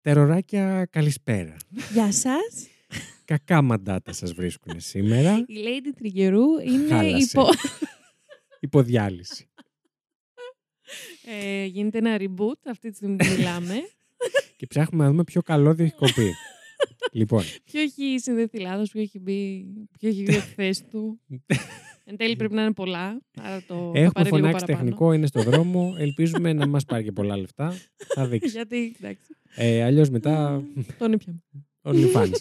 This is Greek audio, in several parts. Τεροράκια, καλησπέρα. Γεια σας. Κακά μαντάτα σας βρίσκουν σήμερα. Η Lady Τριγερού είναι Χάλασε. υπό. Υποδιάλυση. Ε, γίνεται ένα reboot αυτή τη στιγμή που μιλάμε. Και ψάχνουμε να δούμε ποιο καλό διοικοπεί. λοιπόν, ποιο έχει συνδεθεί λάθος, ποιο έχει μπει, ποιο έχει βγει από τη θέση του. Εν τέλει πρέπει να είναι πολλά. Άρα το θα έχουμε πάρει λίγο φωνάξει παραπάνω. τεχνικό, είναι στο δρόμο. Ελπίζουμε να μας πάρει και πολλά λεφτά. Θα δείξει. Γιατί εντάξει, ε, αλλιώς μετά, τον ήπιαμε. OnlyFans.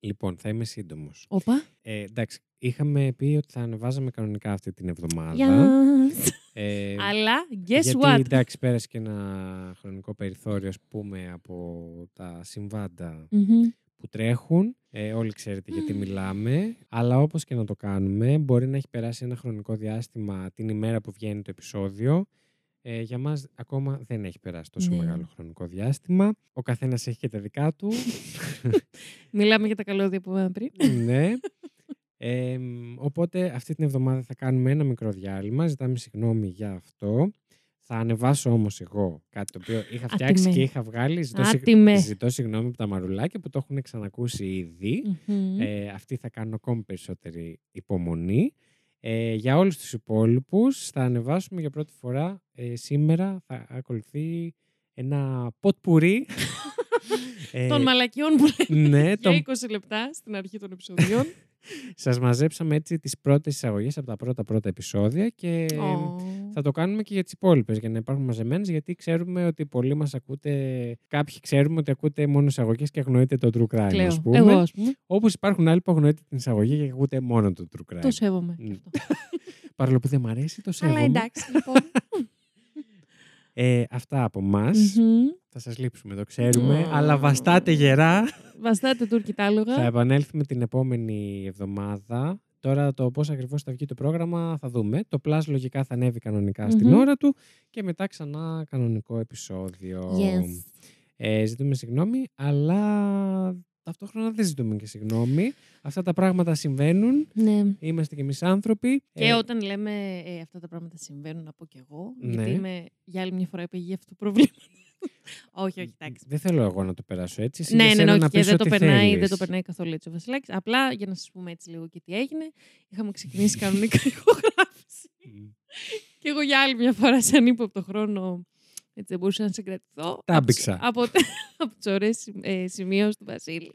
λοιπόν, θα είμαι σύντομος. Όπα. Ε, εντάξει, είχαμε πει ότι θα ανεβάζαμε κανονικά αυτή την εβδομάδα. Γεια. Ε, Αλλά guess γιατί what. εντάξει, πέρασε και ένα χρονικό περιθώριο, ας πούμε, από τα συμβάντα Μμμ. που τρέχουν. Ε, όλοι ξέρετε γιατί Μμμ. μιλάμε. Αλλά όπως και να το κάνουμε, μπορεί να έχει περάσει ένα χρονικό διάστημα την ημέρα που βγαίνει το επεισόδιο. Ε, για μας ακόμα δεν έχει περάσει τόσο Ναι. μεγάλο χρονικό διάστημα. Ο καθένας έχει και τα δικά του. Μιλάμε για τα καλώδια που είπαμε πριν. ναι. Ε, μ, οπότε αυτή την εβδομάδα θα κάνουμε ένα μικρό διάλειμμα. Ζητάμε συγγνώμη για αυτό. Θα ανεβάσω όμως εγώ κάτι το οποίο είχα φτιάξει Άτιμε. και είχα βγάλει. Ζητώ, συγ- Άτιμε. ζητώ συγγνώμη από τα μαρουλάκια που το έχουν ξανακούσει ήδη. Μμμ. Ε, αυτοί θα κάνουν ακόμη περισσότερη υπομονή. Ε, για όλους τους υπόλοιπους θα ανεβάσουμε για πρώτη φορά ε, σήμερα θα ακολουθεί ένα ποτ πουρί ε, Των μαλακιών που λέμε ναι, για τον 20 λεπτά στην αρχή των επεισοδιών. Σας μαζέψαμε έτσι τις πρώτες εισαγωγές από τα πρώτα πρώτα επεισόδια και Ω. Ε, θα το κάνουμε και για τις υπόλοιπες για να υπάρχουν μαζεμένες γιατί ξέρουμε ότι πολλοί μας ακούτε, κάποιοι ξέρουμε ότι ακούτε μόνο εισαγωγές και αγνοείτε το true crime Κλαίω. ας πούμε. Εγώ, ας πούμε. Όπως υπάρχουν άλλοι που αγνοείτε την εισαγωγή και ακούτε μόνο το true crime. Το σέβομαι. Μμ. Παρόλο που δεν μ' αρέσει το Ναι. σέβομαι. Αλλά εντάξει, λοιπόν. Ε, αυτά από εμά. Μμμ. Θα σας λείψουμε, το ξέρουμε, Ω. αλλά βαστάτε γερά. Βαστάτε Θα τουρκιτάλογα. επανέλθουμε την επόμενη εβδομάδα. Τώρα το πώς ακριβώς θα βγει το πρόγραμμα θα δούμε. Το Plus λογικά θα ανέβει κανονικά στην Μμμ. ώρα ώρα του και μετά ξανά κανονικό επεισόδιο. Ε, ζητούμε συγγνώμη, αλλά ταυτόχρονα δεν ζητούμε και συγγνώμη. Αυτά τα πράγματα συμβαίνουν. Ναι. Είμαστε κι εμείς άνθρωποι. Και όταν λέμε ε, αυτά τα πράγματα συμβαίνουν, να πω κι εγώ. Ναι. Γιατί είμαι για άλλη μια φορά επίγεια αυτού του προβλήματος. όχι, όχι, εντάξει. Δεν θέλω εγώ να το περάσω έτσι. Εσύ για Ναι, ναι, σένα ναι, όχι, να και πεις δεν το, ό,τι περνάει, δεν θέλεις. το περνάει καθόλου έτσι ο Βασιλάκης. Απλά για να σας πούμε έτσι λίγο και τι έγινε. Είχαμε ξεκινήσει κανονικά ηχογράφηση. και εγώ για άλλη μια φορά, σαν ύποπτο χρόνο, έτσι δεν μπορούσα να συγκρατηθώ. Τάμπηξα. Από, από, από τις ωραίες σημείωσεις του Βασίλη.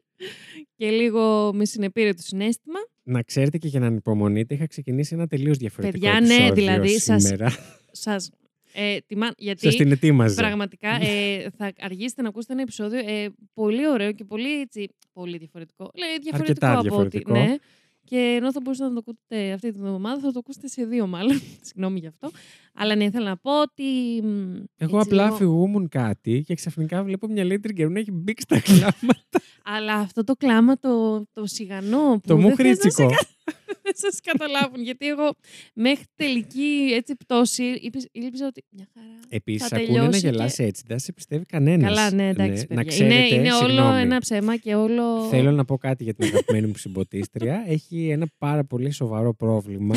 Και λίγο με συνεπήρε το συνέστημα. Να ξέρετε και για να ανυπομονείτε, είχα ξεκινήσει ένα τελείως διαφορετικό Παιδιά, ναι, επεισόδιο δηλαδή, σας- σήμερα. σας ε, τιμά, γιατί Σας την ετοίμαζα. πραγματικά ε, θα αργήσετε να ακούσετε ένα επεισόδιο ε, πολύ ωραίο και πολύ, έτσι, πολύ διαφορετικό. Λέει, διαφορετικό Αρκετά από ό,τι. διαφορετικό. Ναι. Και ενώ θα μπορούσατε να το ακούτε αυτή την εβδομάδα, θα το ακούσετε σε δύο μάλλον. Συγγνώμη γι' αυτό. Αλλά ναι, ήθελα να πω ότι. μ, Εγώ έτσι απλά λίγο- αφηγούμουν κάτι και ξαφνικά βλέπω μια λέει τριγκερού να έχει μπει στα κλάματα. Αλλά αυτό το κλάμα το, το σιγανό. Που το δεν μου θες να σε χρήτσικο. δεν σας καταλάβουν. γιατί εγώ μέχρι τελική έτσι, πτώση ήλπι- ήλπιζα ότι. Μια χαρά. Επίση, θα ακούνε να τελειώσει και- γελάς έτσι, δεν σε πιστεύει κανένας. Καλά, ναι, εντάξει. ε, να παιδιά. ξέρετε, είναι είναι όλο συγγνώμη. ένα ψέμα και όλο. Θέλω να πω κάτι για την αγαπημένη μου συμποτίστρια. Έχει ένα πάρα πολύ σοβαρό πρόβλημα.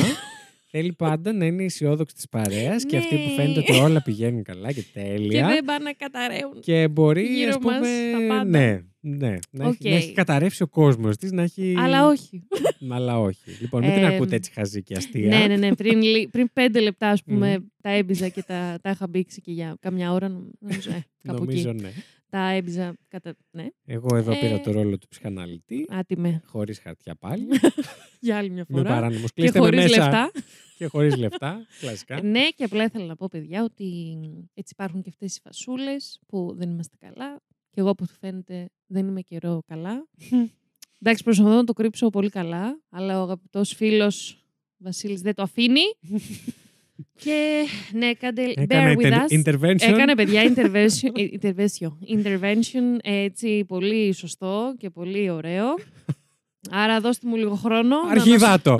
Θέλει πάντα να είναι αισιόδοξη της παρέας και αυτή που Ναι. φαίνεται ότι όλα πηγαίνουν καλά και Και τέλεια. δεν πάνε να καταραίουν. Και μπορεί, γύρω ας πούμε. μας τα πάντα. Ναι, ναι. Να, έχει, Οκ. να έχει καταρρεύσει ο κόσμος της, να έχει. Αλλά όχι. Αλλά όχι. Λοιπόν, μην την Ε, ακούτε έτσι χαζή και αστεία. ναι, ναι, ναι. Πριν, λι- πριν πέντε λεπτά, ας Μμμ. πούμε, τα έμπιζα και τα, τα είχα μπήξει και για καμιά ώρα. Νομίζω, ε, κάπου Νομίζω εκεί. ναι. Τα έμπιζα κατά. Ναι, Εγώ εδώ Ε. πήρα το ρόλο του ψυχαναλυτή, άτιμε. χωρίς χαρτιά πάλι, Για άλλη μια με φορά. παράνομο. Και Κλείστε με χωρίς μέσα. λεφτά. Και χωρίς λεφτά, κλασικά. Ναι, και απλά ήθελα να πω, παιδιά, ότι έτσι υπάρχουν και αυτές οι φασούλες που δεν είμαστε καλά. Και εγώ που του φαίνεται δεν είμαι καιρό καλά. Εντάξει, προσπαθώ να το κρύψω πολύ καλά, αλλά ο αγαπητός φίλος Βασίλης δεν το αφήνει. και ναι, κάντε. Έκανα Bear with inter- us. intervention. Έκανε παιδιά intervention, ε, intervention, intervention έτσι πολύ σωστό και πολύ ωραίο. Άρα δώστε μου λίγο χρόνο. να ανασω- Αρχιδάτο.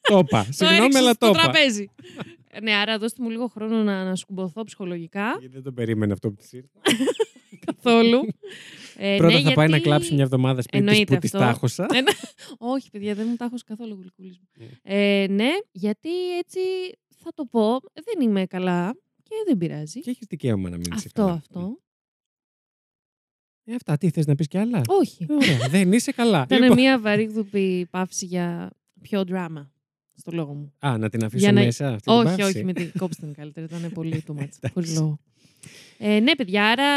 το είπα. Το Συγγνώμη, έριξες αλλά το ναι, στο είπα. τραπέζι. Ε, ναι, άρα δώστε μου λίγο χρόνο να ανασκουμποθώ ψυχολογικά. Γιατί Δεν το περίμενε αυτό που της ήρθε. καθόλου. Ε, Πρώτα ναι, θα πάει να γιατί- κλάψει μια εβδομάδα σπίτι της Εννοείται που της αυτό. τάχωσα. Ε, Όχι, παιδιά, δεν μου τα έχω καθόλου γλυκούλης μου. Mm. Ε, ναι, γιατί έτσι θα το πω. Δεν είμαι καλά και δεν πειράζει. Και έχεις δικαίωμα να μείνεις Αυτό, αυτό. Ε, αυτά. Τι θες να πεις κι άλλα. Όχι. Ε, Ωραία. Δεν είσαι καλά. Ήταν Λοιπόν, μια βαρύγδουπη παύση για πιο δράμα, στο λόγο μου. Α, να την αφήσω Για να- μέσα. Αυτή την όχι, παύση. όχι, με την κόψτε την καλύτερα. Ήταν πολύ too much. Εντάξει. Χωρίς λόγο. Ε, ναι, παιδιά, άρα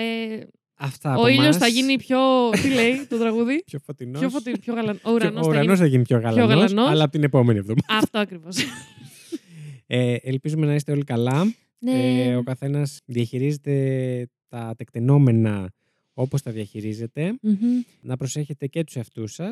ε, Αυτά από ο ήλιο εμάς. θα γίνει πιο. Τι λέει το τραγούδι, πιο φωτεινός. Πιο φωτεινό, πιο γαλανό. Ο Ο ουρανό θα ουρανό γίνει. θα γίνει πιο γαλανός. γαλανός. Αλλά από την επόμενη εβδομάδα. Αυτό ακριβώς. Ε, ελπίζουμε να είστε όλοι καλά. Ναι. Ε, ο καθένας διαχειρίζεται τα τεκτενόμενα όπως τα διαχειρίζεται. Μμμ. Να προσέχετε και τους εαυτούς σα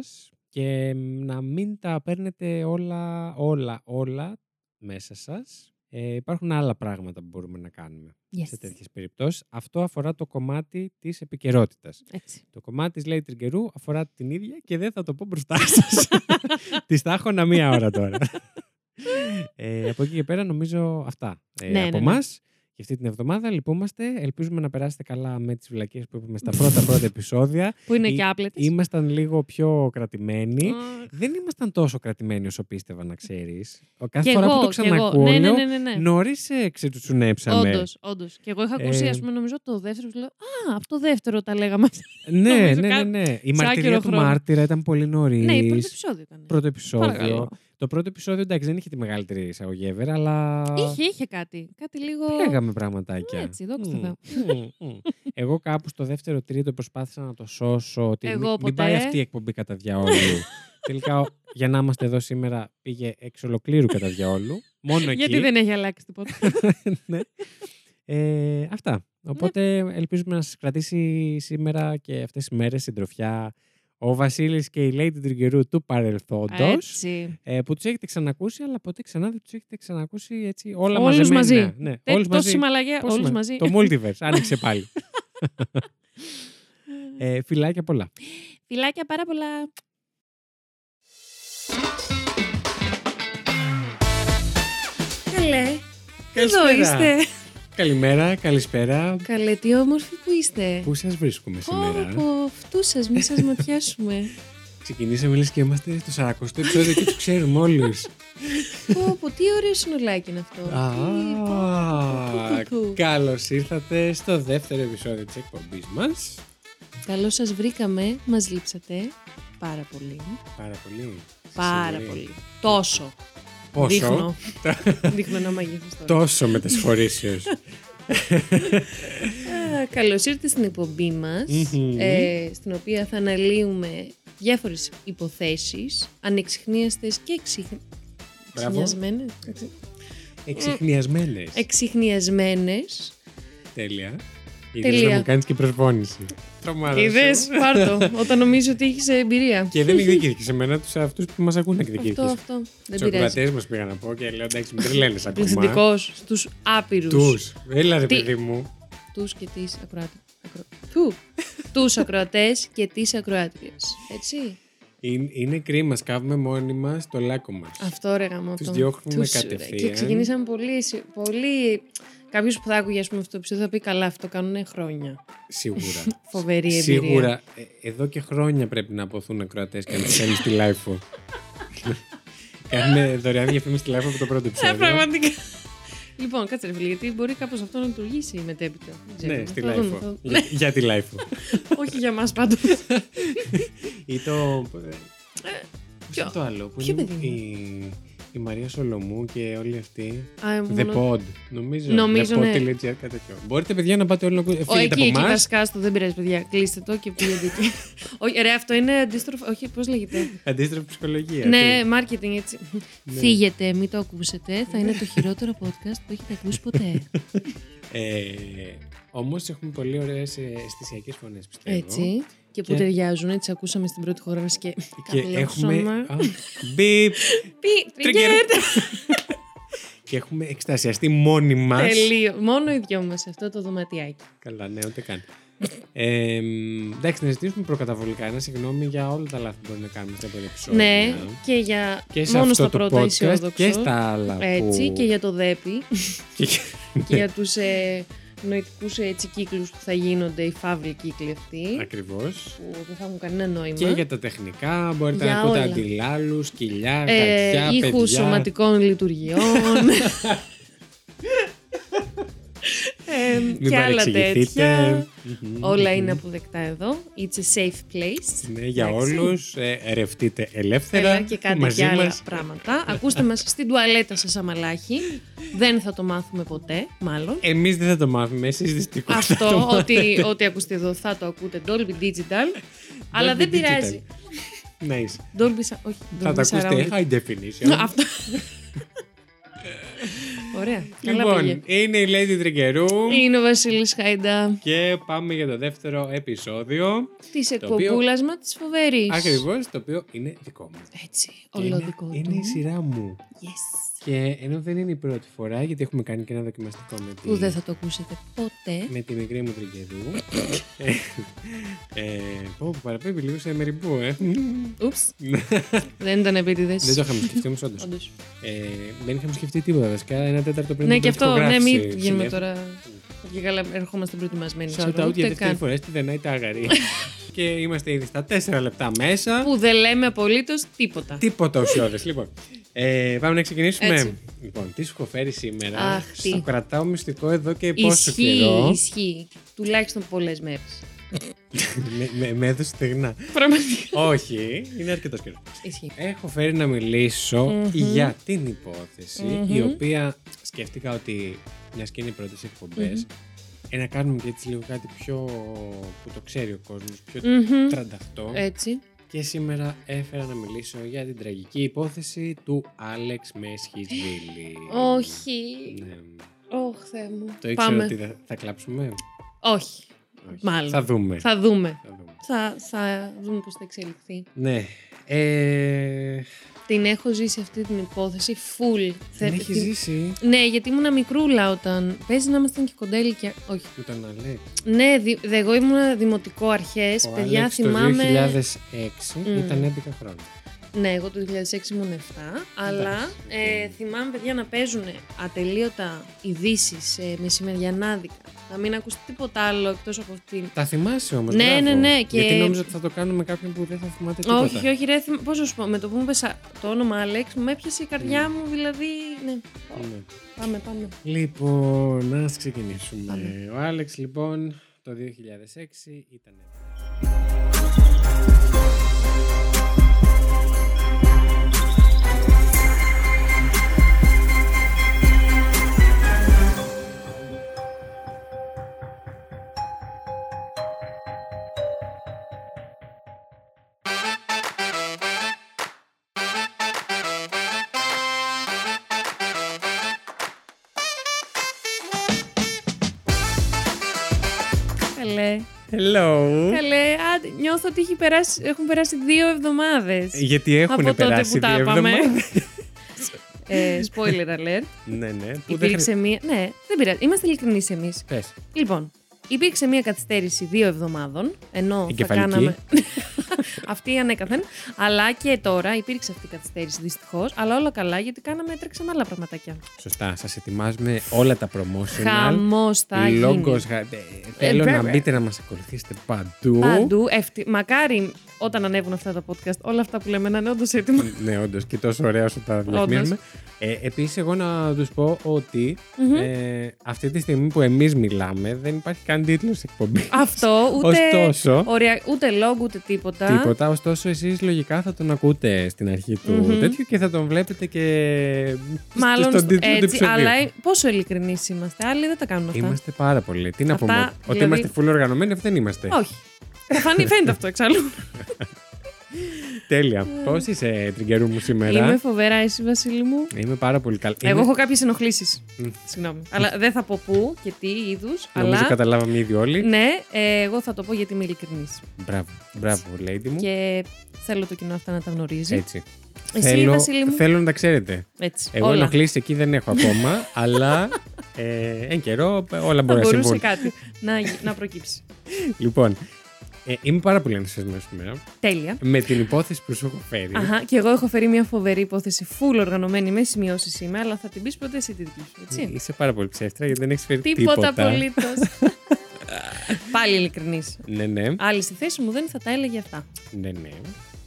και μ, να μην τα παίρνετε όλα, όλα, όλα μέσα σας. Ε, υπάρχουν άλλα πράγματα που μπορούμε να κάνουμε σε Yes. τέτοιες περιπτώσεις. Αυτό αφορά το κομμάτι της επικαιρότητας. Έτσι. Το κομμάτι της λέει τριγκερού αφορά την ίδια και δεν θα το πω μπροστά σας. τη τα έχω να μία ώρα τώρα. ε, από εκεί και πέρα νομίζω αυτά ε, Ναι, από ναι, ναι. εμάς. Και αυτή την εβδομάδα λυπούμαστε. Ελπίζουμε να περάσετε καλά με τις βλακίες που είπαμε στα πρώτα πρώτα επεισόδια. Που είναι Ή- και άπλετες. Ήμασταν λίγο πιο κρατημένοι. Δεν ήμασταν τόσο κρατημένοι όσο πίστευα να ξέρεις. Κάθε Και φορά που εγώ, το και εγώ. ξανακούω, Ναι, λέω, ναι, ναι, ναι. ναι. νωρίς ε, ξετουτσουνέψαμε. Όντως, όντως. Και εγώ είχα ακούσει, Ε, ας πούμε, νομίζω το δεύτερο. και Λέω, Α, από το δεύτερο τα λέγαμε. Ναι, Νομίζω ναι, ναι, κά- ναι. Η σε μαρτυρία άκυρο του χρόνο. μάρτυρα ήταν πολύ νωρί. ναι, πρώτο επεισόδιο ήταν. πρώτο επεισόδιο. Παρακαλώ. Το πρώτο επεισόδιο εντάξει δεν είχε τη μεγαλύτερη εισαγωγή ever, αλλά. Είχε, είχε κάτι. Κάτι λίγο. Λέγαμε πραγματάκια. Ναι, έτσι, δόξα τω Μμμ, Θεώ. μμμ, μμμ. Εγώ κάπου στο δεύτερο τρίτο προσπάθησα να το σώσω. Ότι Εγώ μην, μην ποτέ. πάει αυτή η εκπομπή κατά διαόλου. Τελικά, ο- για να είμαστε εδώ σήμερα, πήγε εξ ολοκλήρου κατά διαόλου. Μόνο εκεί. Γιατί δεν έχει αλλάξει τίποτα. ναι. ε, αυτά. Ναι. Οπότε ελπίζουμε να σας κρατήσει σήμερα και αυτές τις μέρες συντροφιά ο Βασίλης και η Lady Τριγκερού του Α, παρελθόντος Έτσι. ε, που τους έχετε ξανακούσει αλλά ποτέ ξανά δεν τους έχετε ξανακούσει έτσι όλα Όλους μαζεμένα. μαζί. Ναι, Τε- όλους Τόση μαζί. μαλαγία, Πώς όλου μα- μαζί. Το Multiverse άνοιξε πάλι. ε, φιλάκια πολλά. Φιλάκια πάρα πολλά. Καλέ, εδώ είστε. Καλημέρα, καλησπέρα. Καλέ, τι όμορφοι που είστε. Πού σας βρίσκουμε σήμερα. Από αυτού σας, μη σας ματιάσουμε. Ξεκινήσαμε λες και είμαστε στο 40ο επεισόδιο και τους ξέρουμε όλους. Πω, πω, τι ωραίο συνολάκι είναι αυτό. Τι- πω. Α, Του, του, του. Καλώς ήρθατε στο δεύτερο επεισόδιο της εκπομπής μας. Καλώς σας βρήκαμε, μας λείψατε πάρα πολύ. Πάρα πολύ. Πάρα Συγγνώμη. πολύ. Τόσο. Πόσο, Δείχνω. Δείχνω ένα μαγείθος τώρα. τόσο μετασχωρήσεως. Α, Καλώς ήρθατε στην εκπομπή μας, Μμμ. ε, στην οποία θα αναλύουμε διάφορες υποθέσεις, ανεξιχνίαστες και εξιχ- Μπράβο. εξιχνιασμένες. Εξυχνιασμένες. Εξιχνιασμένες. Τέλεια. Είδες Τελεία. να μου κάνεις και προσβόνηση. Τρομάρα Είδες, σου. πάρτο, όταν νομίζω ότι έχεις εμπειρία. Και δεν εκδικήθηκε εμένα τους αυτούς που μας ακούν Αυτό, εκδικήθηκε. αυτό. Δεν Τους πειράζει. ακροατές μας πήγα να πω και λέω εντάξει μην τρελαίνεις ακόμα. Πληθυντικός στους άπειρους. Τους. Έλα ρε Τι- παιδί μου. τους και τις ακροάτριες. Ακρο... Του. τους ακροατές και τις ακροάτριες. Έτσι. Είναι, είναι κρίμα, σκάβουμε μόνοι μας το λάκκο μας. Αυτό ρε γαμώ Τους το. διώχνουμε Τους, ρε. κατευθείαν. Και ξεκινήσαμε πολύ... αισι- πολύ... Κάποιος που θα άκουγε ας πούμε, αυτό το επεισόδιο θα πει καλά, αυτό κάνουν χρόνια. Σίγουρα. Φοβερή εμπειρία. Σίγουρα. Ε, Εδώ και χρόνια πρέπει να αποθούν ακροατές και να του κάνεις τη live. Κάνουμε δωρεάν διαφήμιση στη live από το πρώτο Ε, επεισόδιο. πραγματικά. Λοιπόν, κάτσε ρε φίλε, γιατί μπορεί κάπως αυτό να λειτουργήσει μετέπειτα. Δεν ξέρω. ναι, στη Θα δούμε, θα live. δούμε. για, για τη live. Όχι για μας πάντως. Ή το. Πώς είναι το άλλο. Που Ε, ποιο είναι παιδί η, η Μαρία Σολομού και όλοι αυτοί. Α, ε, The μόνο- Pod. Νομίζω. Νομίζω, The ναι. Pod.gr, κάτι τέτοιο. Μπορείτε, παιδιά, να πάτε όλοι να ακούτε. Ο, Φύγετε από εκεί, εκεί θα εμά. σκάστο, δεν πειράζει, παιδιά. Κλείστε το και πήγαινε εκεί. Όχι, ρε, αυτό είναι αντίστροφο. Όχι, πώς λέγεται. Αντίστροφη ψυχολογία. Ναι, Τι. marketing έτσι. Ναι. Φύγετε, μην το ακούσετε. Θα είναι το χειρότερο podcast που έχετε ακούσει ποτέ. Ε, Όμως έχουμε πολύ ωραίες αισθησιακές φωνές, πιστεύω. Έτσι. Και που Και- ταιριάζουν, έτσι ακούσαμε στην πρώτη χώρα μας και. Και έχουμε. καπηλώσαμε. Α, Μπιπ! Πι, Trigger. trigger. Και έχουμε εκστασιαστεί μόνοι μας. Τελείω. Μόνο οι δυο μας σε αυτό το δωματιάκι. Καλά, ναι, ούτε καν. Ε, μ, εντάξει, να ζητήσουμε προκαταβολικά ένα συγγνώμη για όλα τα λάθη που μπορούμε να κάνουμε στα πρώτα επεισόδια. Ναι, και για. Και σε Μόνο αυτό στα το πρώτα podcast αισιόδοξο. και στα άλλα. Έτσι, που... και για το δέπι. και για- και για τους ε, νοητικούς έτσι, κύκλους που θα γίνονται, οι φαύλοι κύκλοι αυτοί, Ακριβώς. που δεν θα έχουν κανένα νόημα. Και για τα τεχνικά, μπορείτε Για να ακούτε όλα. αντιλάλους, σκυλιά, ε, γατιά, ήχους παιδιά. σωματικών λειτουργιών. Μην Ε, και άλλα τέτοια. παρεξηγηθείτε. Μμμ. Όλα είναι Μμμ. αποδεκτά εδώ. It's a safe place. Ναι, για Εντάξει. όλους, ε, ερευτείτε ελεύθερα Έλα και κάντε μαζί και άλλα μας. πράγματα. Ακούστε μας στην τουαλέτα σας αμαλάχη. Δεν θα το μάθουμε ποτέ, μάλλον. Εμείς δεν θα το μάθουμε, εσείς δυστυχώς θα το Αυτό, μάθετε. ό,τι, ό,τι ακούστε εδώ θα το ακούτε. Dolby Digital. αλλά Dolby δεν Digital. πειράζει. Ναι, είσαι. Dolby, σα- όχι, θα Dolby τα ακούσετε Surround. high definition. Αυτό. Ωραία. Καλά πήγε. Λοιπόν, είναι η Lady Τριγκερού Είναι ο Βασίλης Χάιντα και πάμε για το δεύτερο επεισόδιο. της οποίο- εκπομπούλας μας της φοβερής. Ακριβώς, το οποίο είναι δικό μου. Έτσι, Και είναι- όλο δικό Είναι η του. σειρά μου. Yes. Και ενώ δεν είναι η πρώτη φορά, γιατί έχουμε κάνει και ένα δοκιμαστικό με Που δεν τη, θα το ακούσετε ποτέ. με τη μικρή μου τριγκερού. ε, ε, πω, πω, παραπέμπει λίγο σε μεριμπού, ε. Ούψ. Δεν ήταν επίτηδες. Ναι. δεν το είχαμε σκεφτεί όμως όντως. Όντως. Ε, δεν είχαμε σκεφτεί τίποτα βασικά. Ένα τέταρτο πριν. Ναι, το και αυτό, έχω ναι, μην γράψει. γίνουμε Συνέβη. τώρα. Και καλά, ερχόμαστε προετοιμασμένοι. Shout ξέρω, out για ούτε δεύτερη καν. φορά στη The Night Agari. και είμαστε ήδη στα 4 λεπτά μέσα. Που δεν λέμε απολύτως τίποτα. Τίποτα ουσιώδες. λοιπόν, ε, πάμε να ξεκινήσουμε. Έτσι. Λοιπόν, τι σου έχω φέρει σήμερα. Αχ, τι. Σου κρατάω μυστικό εδώ και πόσο Ισχύει, καιρό. ισχύει. Τουλάχιστον πολλές μέρες. με, με, με έδωσε στεγνά. Πραγματικά. Όχι, είναι αρκετός καιρός. Ισχύει. Έχω φέρει να μιλησω Μμμ. για την υποθεση Μμμ. η οποία σκέφτηκα ότι μιας και είναι οι πρώτες εκπομπές, ε, να κάνουμε και έτσι λίγο κάτι πιο. που το ξέρει ο κόσμος, πιο Μμμ. Ε. τρανταχτό. Έτσι. Και σήμερα έφερα να μιλήσω για την τραγική υπόθεση του Άλεξ Μέσχισβίλη. Όχι. Ναι. Ωχ, Θεέ μου. Το ήξερα Πάμε. ότι θα, θα κλάψουμε. Όχι. Όχι. Μάλλον. Θα δούμε. Θα δούμε. Θα δούμε. Θα, θα δούμε πώς θα εξελιχθεί. Ναι. Ε, Την έχω ζήσει αυτή την υπόθεση full. την Θε- έχει την- ζήσει Ναι, γιατί ήμουνα μικρούλα όταν. Παίζει να ήμασταν και κοντέλικια. Όχι. με τον Αλέξ. Ναι, δι- δε- εγώ ήμουν δημοτικό αρχές. Ο Παιδιά, Άλεξ θυμάμαι. το 2006 Μμμ. ήταν 11 χρόνια. Ναι, εγώ το 2006 ήμουν 7. Αλλά ε, θυμάμαι, παιδιά, να παίζουν ατελείωτα ειδήσεις ε, μεσημεριανάδικα. Να μην ακούσει τίποτα άλλο εκτός από αυτήν. Τα θυμάσαι όμως. Ναι, ναι, ναι, και- Γιατί νόμιζα ότι θα το κάνουμε κάποιον που δεν θα θυμάται τίποτα. Όχι, όχι, ρε, θυμ- πώς να σου πω, με το που μου πέσα το όνομα Άλεξ, μου έπιασε η καρδιά μου, δηλαδή, ναι, Ναι. πάμε, πάμε. Λοιπόν, ας ξεκινήσουμε. Πάμε. Ο Άλεξ, λοιπόν, το 2006 ήταν. Καλέ, Hello. καλέ, α, νιώθω ότι έχει περάσει, έχουν περάσει δύο εβδομάδες. Γιατί έχουν από τότε περάσει που τα δύο είπαμε. εβδομάδες. ε, spoiler alert. ναι, ναι. Που δεν Υπήρξε μία. Ναι, δεν πειράζει. Είμαστε ειλικρινείς εμείς. χρει- Πες. Λοιπόν, υπήρξε μία καθυστέρηση δύο εβδομάδων. Ενώ θα Εγκεφαλική. κάναμε. αυτή η ανέκαθεν. Αλλά και τώρα υπήρξε αυτή η καθυστέρηση δυστυχώς. Αλλά όλα καλά γιατί κάναμε τρέξαμε άλλα πραγματάκια. Σωστά. Σας ετοιμάζουμε όλα τα promotional. Χαμός θα γίνει. Λόγκος, χα- ε, Θέλω να βέβαια. μπείτε να μας ακολουθήσετε παντού. Παντού. Εύτη... Μακάρι όταν ανέβουν αυτά τα podcast, όλα αυτά που λέμε να είναι όντως έτοιμα. Ναι, όντως και τόσο ωραία όσο τα διαφημίζουμε. Ε, Επίσης, εγώ να τους πω ότι Μμμ. ε, αυτή τη στιγμή που εμείς μιλάμε, δεν υπάρχει καν τίτλο εκπομπή. Αυτό ούτε. Ωστόσο, Ωραία, ούτε λόγο ούτε τίποτα. τίποτα. Ωστόσο, εσείς λογικά θα τον ακούτε στην αρχή του Μμμ. τέτοιου και θα τον βλέπετε και Μάλλον στον τίτλο του έτσι, επεισοδίου. αλλά ε, πόσο ειλικρινείς είμαστε. Άλλοι δεν τα κάνουν αυτά. Είμαστε πάρα πολύ. Τι να Αυτά, πούμε, ότι δηλαδή- είμαστε full οργανωμένοι, αυτό δεν είμαστε. Όχι. Θα φανεί, φαίνεται αυτό εξάλλου. Τέλεια. Πώς είσαι, τριγκερού μου σήμερα. Είμαι φοβερά, εσύ, Βασίλη μου. Είμαι πάρα πολύ καλή. Εγώ έχω κάποιες ενοχλήσεις. Μμ. Συγγνώμη. Αλλά δεν θα πω πού και τι είδους. Νομίζω Αλλά καταλάβαμε ήδη όλοι. ναι, ε, εγώ θα το πω γιατί είμαι ειλικρινής. Μπράβο, μπράβο, lady μου. Και θέλω το κοινό αυτά να τα γνωρίζει. Έτσι. Εσύ, Βασίλη μου. θέλω να τα ξέρετε. Έτσι. Εγώ όλα. ενοχλήσεις εκεί δεν έχω ακόμα, αλλά ε, εν καιρό ε, όλα μπορεί να Θα μπορούσε συμβούν. κάτι να, γι- να προκύψει. Λοιπόν, ε, είμαι πάρα πολύ ενθουσιασμένος σήμερα Τέλεια. με την υπόθεση που σου έχω φέρει. Αχα, και εγώ έχω φέρει μια φοβερή υπόθεση, full οργανωμένη με σημειώσεις είμαι, αλλά θα την πεις πρώτα εσύ τι δική σου, Ε, έτσι. Είσαι πάρα πολύ ψεύτρα γιατί δεν έχεις φέρει τίποτα. Τίποτα απολύτως. Πάλι ειλικρινής. Ναι, ναι, Άλλη στη θέση μου δεν θα τα έλεγε αυτά. ναι, ναι.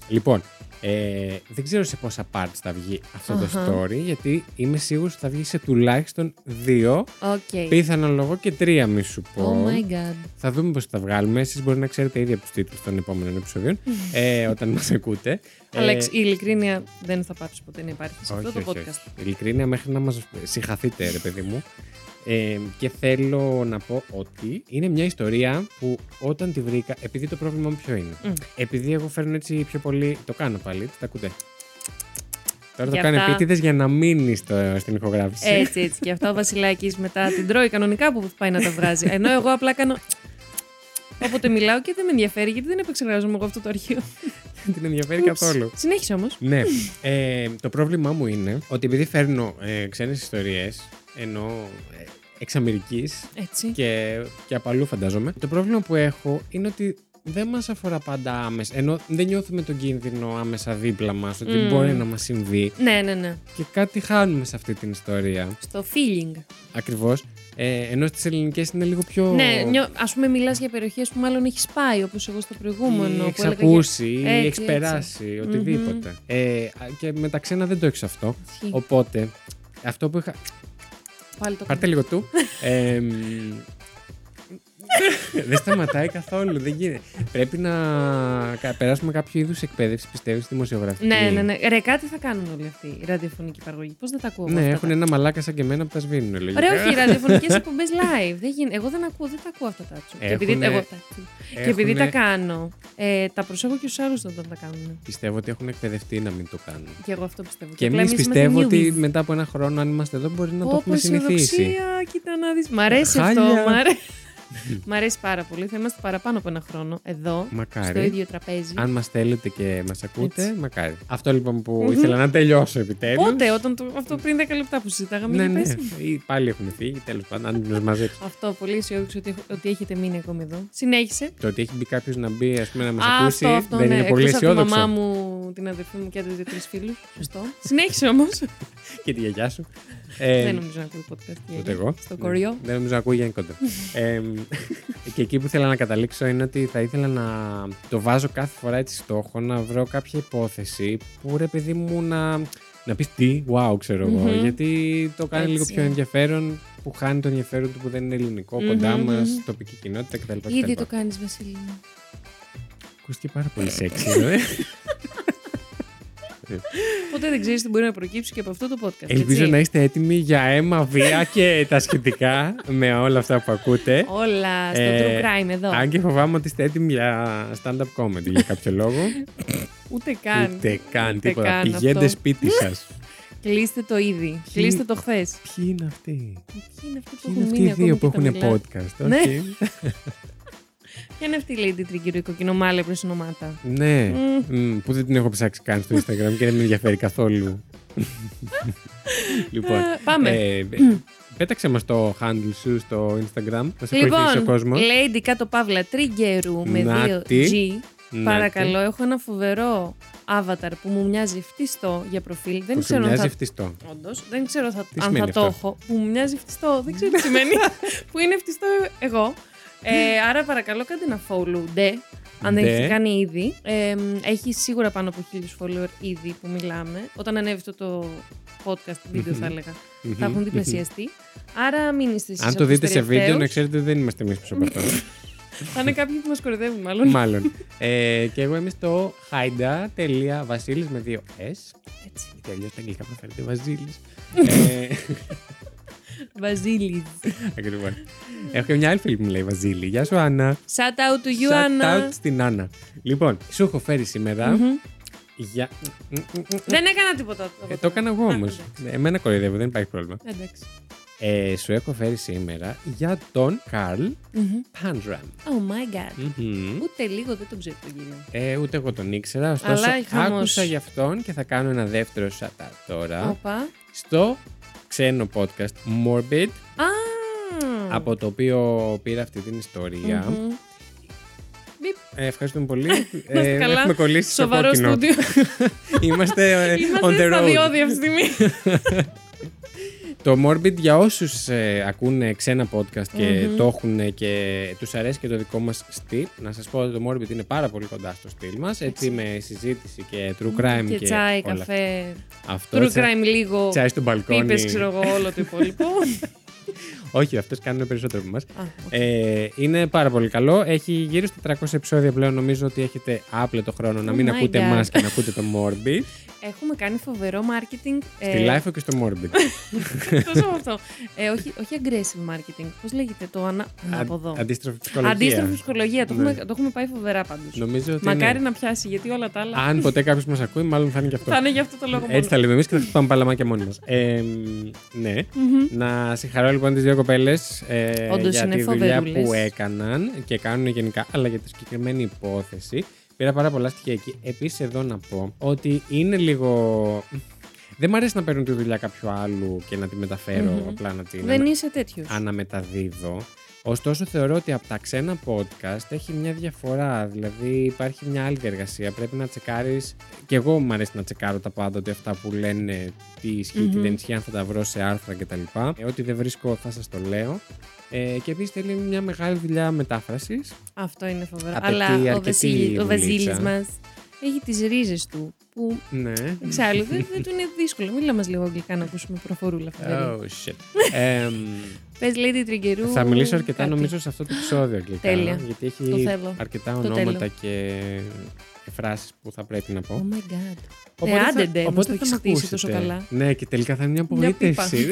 Λοιπόν, Ε, δεν ξέρω σε πόσα parts θα βγει αυτό το Αχα. story, γιατί είμαι σίγουρος ότι θα βγει σε τουλάχιστον δύο, Οκ. πιθανολογώ και τρία μη σου πω. Oh my god. Θα δούμε πώς θα τα βγάλουμε. Εσείς μπορεί να ξέρετε ήδη από τους τίτλους των επόμενων επεισοδίων, ε, όταν μας ακούτε. Αλλά Ε, εξ- η ειλικρίνεια δεν θα πάψει ποτέ να υπάρχει σε αυτό όχι, το όχι, podcast. όχι. Ειλικρίνεια, μέχρι να μας συγχαθείτε, ρε παιδί μου. Ε, και θέλω να πω ότι είναι μια ιστορία που όταν τη βρήκα, επειδή το πρόβλημα μου ποιο είναι. Μμ. Επειδή εγώ φέρνω έτσι πιο πολύ. Το κάνω πάλι, τα ακούτε. Τώρα το Για κάνω αυτά- Ε, επίτηδες για να μείνει στο- στην ηχογράφηση. Έτσι, έτσι. Και αυτά ο Βασιλάκης μετά την τρώει κανονικά που πάει να τα βγάζει. Ενώ εγώ απλά κάνω. Όποτε μιλάω και δεν με ενδιαφέρει γιατί δεν επεξεργάζομαι εγώ αυτό το αρχείο. την ενδιαφέρει Ούψ. Ε, καθόλου. Συνέχισε όμως. ναι. Ε, το πρόβλημά μου είναι ότι επειδή φέρνω ε, ξένες ιστορίες, ενώ ε, εξ Αμερικής, Έτσι. και, και από αλλού φαντάζομαι. Το πρόβλημα που έχω είναι ότι δεν μας αφορά πάντα άμεσα. Ενώ δεν νιώθουμε τον κίνδυνο άμεσα δίπλα μας, ότι Mm. μπορεί να μας συμβεί. Ναι, ναι, ναι. Και κάτι χάνουμε σε αυτή την ιστορία. Στο feeling. Ακριβώς. Ε, ενώ στις ελληνικές είναι λίγο πιο... Ναι, νιώ... ας πούμε, μιλάς για περιοχές που μάλλον έχεις πάει, όπως εγώ στο προηγούμενο. Ή που έλεγα για- εξακούσει ή Έτσι, Mm-hmm. έτσι. εξπεράσει, οτιδήποτε. Ε, α, και με τα ξένα δεν το έχεις αυτό. Ισχύει. Οπότε, αυτό που είχα... Πάλι το Πάρτε λίγο του. Ε, μ, δεν σταματάει καθόλου, δεν γίνεται. Πρέπει να κα- περάσουμε κάποιο είδους εκπαίδευση, πιστεύεις, στη δημοσιογραφική. Ναι, ναι, ναι. Ρε, κάτι θα κάνουν όλοι αυτοί οι ραδιοφωνικοί παραγωγοί. Πώς δεν τα ακούω εγώ Ναι, Ε. αυτά έχουν τα- ένα μαλάκα σαν και εμένα που τα σβήνουν. Λογικά. Ρε, όχι, οι ραδιοφωνικές εκπομπές live. Δεν γίνει... Εγώ δεν ακούω, δεν τα ακούω αυτά τα τσου. Και επειδή, Έχουνε- εγώ... τα- και επειδή τα κάνω, ε, τα προσέχω και στους άλλους όταν τα κάνουν. Πιστεύω ότι έχουν εκπαιδευτεί να μην το κάνουν. Και εγώ αυτό πιστεύω. Και απλά εμεί είμαστε πιστεύω ότι newbies. μετά από ένα χρόνο, αν είμαστε εδώ, μπορεί να το Πω, έχουμε πω, συνηθίσει. αισιοδοξία, κοίτα να δεις. Μ' αρέσει αυτό. Χάλια. Μ' αρέσει. Μ' αρέσει πάρα πολύ. Θα είμαστε παραπάνω από ένα χρόνο εδώ, στο Μακάρι. ίδιο τραπέζι. Αν μας θέλετε και μας ακούτε, Έτσι. μακάρι. Αυτό λοιπόν που Μμμ. ήθελα να τελειώσω επιτέλους. Πότε, όταν το, αυτό πριν 10 λεπτά που συζητάγαμε, Ναι, ναι, ναι. Ή πάλι έχουν φύγει, τέλος πάντων, αν του μαζέψει. Αυτό, πολύ αισιόδοξο ότι, έχω- ότι έχετε μείνει ακόμη εδώ. Συνέχισε. Το ότι έχει μπει κάποιος να μπει, ας πούμε, να μας Α, ακούσει, αυτό, αυτό, δεν ναι. είναι πολύ Εκτός από τη μαμά αισιόδοξο. μου, την αδερφή μου και του τρει φίλους. Σωστό. Συνέχισε όμως. Και τη γιαγιά σου. Ε, δεν νομίζω να ακούει podcast. Ούτε εγώ. Στο Ναι. κοριό. Δεν νομίζω να ακούει για κοντά. ε, και εκεί που ήθελα να καταλήξω είναι ότι θα ήθελα να το βάζω κάθε φορά έτσι στόχο να βρω κάποια υπόθεση που ρε παιδί μου να, να πεις τι, wow, ξέρω εγώ. Μμμ. Γιατί το κάνει λίγο Έτσι. πιο ενδιαφέρον που χάνει το ενδιαφέρον του που δεν είναι ελληνικό, κοντά Μμμ, μας, μμμ. τοπική κοινότητα κτλ. Ήδη το κάνεις, Βασίλη. μου. Ακούστηκε πάρα πολύ σεξι, ε. Ποτέ δεν ξέρεις τι μπορεί να προκύψει και από αυτό το podcast. Ελπίζω έτσι. να είστε έτοιμοι για αίμα, βία και τα σχετικά με όλα αυτά που ακούτε. Όλα στο Ε, true crime εδώ. Αν και φοβάμαι ότι είστε έτοιμοι για stand-up comedy για κάποιο λόγο. Ούτε καν. Ούτε καν Ούτε τίποτα. καν Πηγαίνετε αυτό. σπίτι σας. Κλείστε το ήδη. Κλείστε το χθες. Ποιοι είναι αυτοί. Ποιοι είναι αυτοί που Ποιοι είναι έχουν αυτοί οι μείνει δύο ακόμη που και τα έχουν μιλάνε. podcast. Ναι. όχι. Ποια είναι αυτή η Lady Trigger, η κοκκινομάλε προσυνομάτα. Ναι. Μμμ. Μμμ, Που δεν την έχω ψάξει καν στο Instagram και δεν με ενδιαφέρει καθόλου. Λοιπόν. Ε, Πάμε. ε, Πέταξε μας το handle σου στο Instagram. Να σε ακολουθήσει ο Λοιπόν, κόσμος. Lady κάτω παύλα τριγκερού με Να 2G. Παρακαλώ, έχω ένα φοβερό avatar που μου μοιάζει φτιστό για προφίλ. Δεν Που σου ξέρω αν μοιάζει θα. φτιστό. Όντως, δεν ξέρω θα- αν σημαίνει θα το αυτό? έχω. Που μου μοιάζει φτιστό, δεν ξέρω τι σημαίνει. που είναι φτιστό εγώ. Ε, άρα παρακαλώ κάντε ένα follow, ντε, αν δεν Ντε. έχετε κάνει ήδη. Ε, μ, έχει σίγουρα πάνω από χίλιους follower ήδη που μιλάμε. Όταν ανέβει αυτό το podcast, βίντεο θα Μμμ. έλεγα, Μμμ, θα έχουν μμμ. διπλασιαστεί. Άρα μην είστε εσείς Αν από το τους δείτε σε Λοιπόν. βίντεο, να τελευταίους. ξέρετε ότι δεν είμαστε εμείς πίσω από αυτό. Θα είναι κάποιοι που μας κορυδεύουν, μάλλον. Μάλλον. Ε, και εγώ είμαι στο haida.vasilis με δύο S. Έτσι. Γιατί αλλιώς τα αγγλικά προφέρεται Βασίλης. Ε, Βασίλης. Ακριβώς. Έχω και μια άλλη φίλη που μου λέει Βασίλη. Γεια σου, Άννα. Shout out to you, Shout Anna. out στην Άννα. Λοιπόν, σου έχω φέρει σήμερα Μμμ. για. Mm-hmm. Δεν έκανα τίποτα. Ε, το έκανα εγώ Α, όμως. εντάξει. Εμένα κοροϊδεύω, δεν υπάρχει πρόβλημα. Εντάξει. Ε, σου έχω φέρει σήμερα για τον Καρλ Μμμ. Πάντραμ. Oh my god. Ούτε λίγο δεν τον ξέρω τον κύριο. Ε, ούτε εγώ τον ήξερα, ωστόσο Αλλά χαμός. άκουσα γι' αυτόν και θα κάνω ένα δεύτερο shout out τώρα Όπα. στο ξένο podcast Morbid, Α! από το οποίο πήρα αυτή την ιστορια Μμμ. Μπιπ. Ε, ευχαριστούμε πολύ. Ε, Είμαστε καλά. Έχουμε κολλήσει στο Σοβαρό κόκκινο. στούντιο. Είμαστε, ε, on Είμαστε the στα road. διόδια αυτή τη στιγμή. Το Morbid για όσους ε, ακούνε ξένα podcast και Μμμ. το έχουν και τους αρέσει και το δικό μας στυλ, να σας πω ότι το Morbid είναι πάρα πολύ κοντά στο στυλ μας, έτσι Έτσι. με συζήτηση και true crime και, και τσάι, όλα αυτά. καφέ. Αυτό, True τσα- crime λίγο. τσάι στο μπαλκόνι. Πίπες, ξέρω εγώ, όλο το υπόλοιπο. Όχι, αυτές κάνουν περισσότερο από εμάς. Α, οκ. Ε, είναι πάρα πολύ καλό. Έχει γύρω στα 300 επεισόδια πλέον. Νομίζω ότι έχετε άπλετο χρόνο να Oh μην my ακούτε God. εμάς και να ακούτε το Morbid. Έχουμε κάνει φοβερό marketing. Στη ε, Life και στο Morbid. Εκτός από αυτό. Ε, όχι, όχι aggressive marketing. Πώς λέγεται το ανα... ανάποδο. Αν- Αντίστροφη ψυχολογία. Αντίστροφη ψυχολογία. Το, Ναι. έχουμε, το έχουμε πάει φοβερά πάντως. Νομίζω ότι Μακάρι ναι. να πιάσει, γιατί όλα τα άλλα Αν ποτέ κάποιος μας ακούει, μάλλον θα είναι και αυτό. θα είναι για αυτό το λόγο Έτσι μόνο. θα λέμε εμείς και θα χτυπάμε παλαμάκια μόνοι μας. Ε, μ, ναι. Μμμ. Να συγχαρώ λοιπόν τις δύο κοπέλες ε, Όντως για είναι τη δουλειά φοβερούλες. που έκαναν και κάνουν γενικά, αλλά για τη συγκεκριμένη υπόθεση. Πήρα πάρα πολλά στοιχεία εκεί. Επίσης εδώ να πω ότι είναι λίγο... Δεν μ' αρέσει να παίρνω τη δουλειά κάποιου άλλου και να τη μεταφερω Μμμ. απλά να την Δεν ανα- είσαι τέτοιος. αναμεταδίδω. Ωστόσο θεωρώ ότι από τα ξένα podcast έχει μια διαφορά, δηλαδή υπάρχει μια άλλη διεργασία. Πρέπει να τσεκάρεις, και εγώ μου αρέσει να τσεκάρω τα πάντα ότι αυτά που λένε τι ισχύει, τι Μμμ. δεν ισχύει, αν θα τα βρω σε άρθρα κτλ. Ε, ό,τι δεν βρίσκω θα σας το λέω. Ε, και επίσης θέλει μια μεγάλη δουλειά μετάφρασης. Αυτό είναι φοβερό. Απαιτεί Αλλά ο, αρκετή Βασίλη, ο δουλίτσα. Βασίλης μας έχει τις ρίζες του που Ναι. εξάλλου δεν, δεν του είναι δύσκολο. Μίλα μας λίγο αγγλικά να ακούσουμε προφορούλα φοβερή. Oh, shit. Εμ, Πες Lady Triggerού. θα μιλήσω αρκετά κάτι. νομίζω σε αυτό το επεισόδιο αγγλικά. Τέλεια. Γιατί Το έχει θέλω. αρκετά Το ονόματα θέλω. και φράσεις που θα πρέπει να πω. Oh my god. Οπότε Ε, θα- άντε, ντε, οπότε μας το θα έχεις μ' χτίσει ακούσετε. τόσο καλά. Ναι, και τελικά θα είναι μια Μια πίπα. απογοήτευση.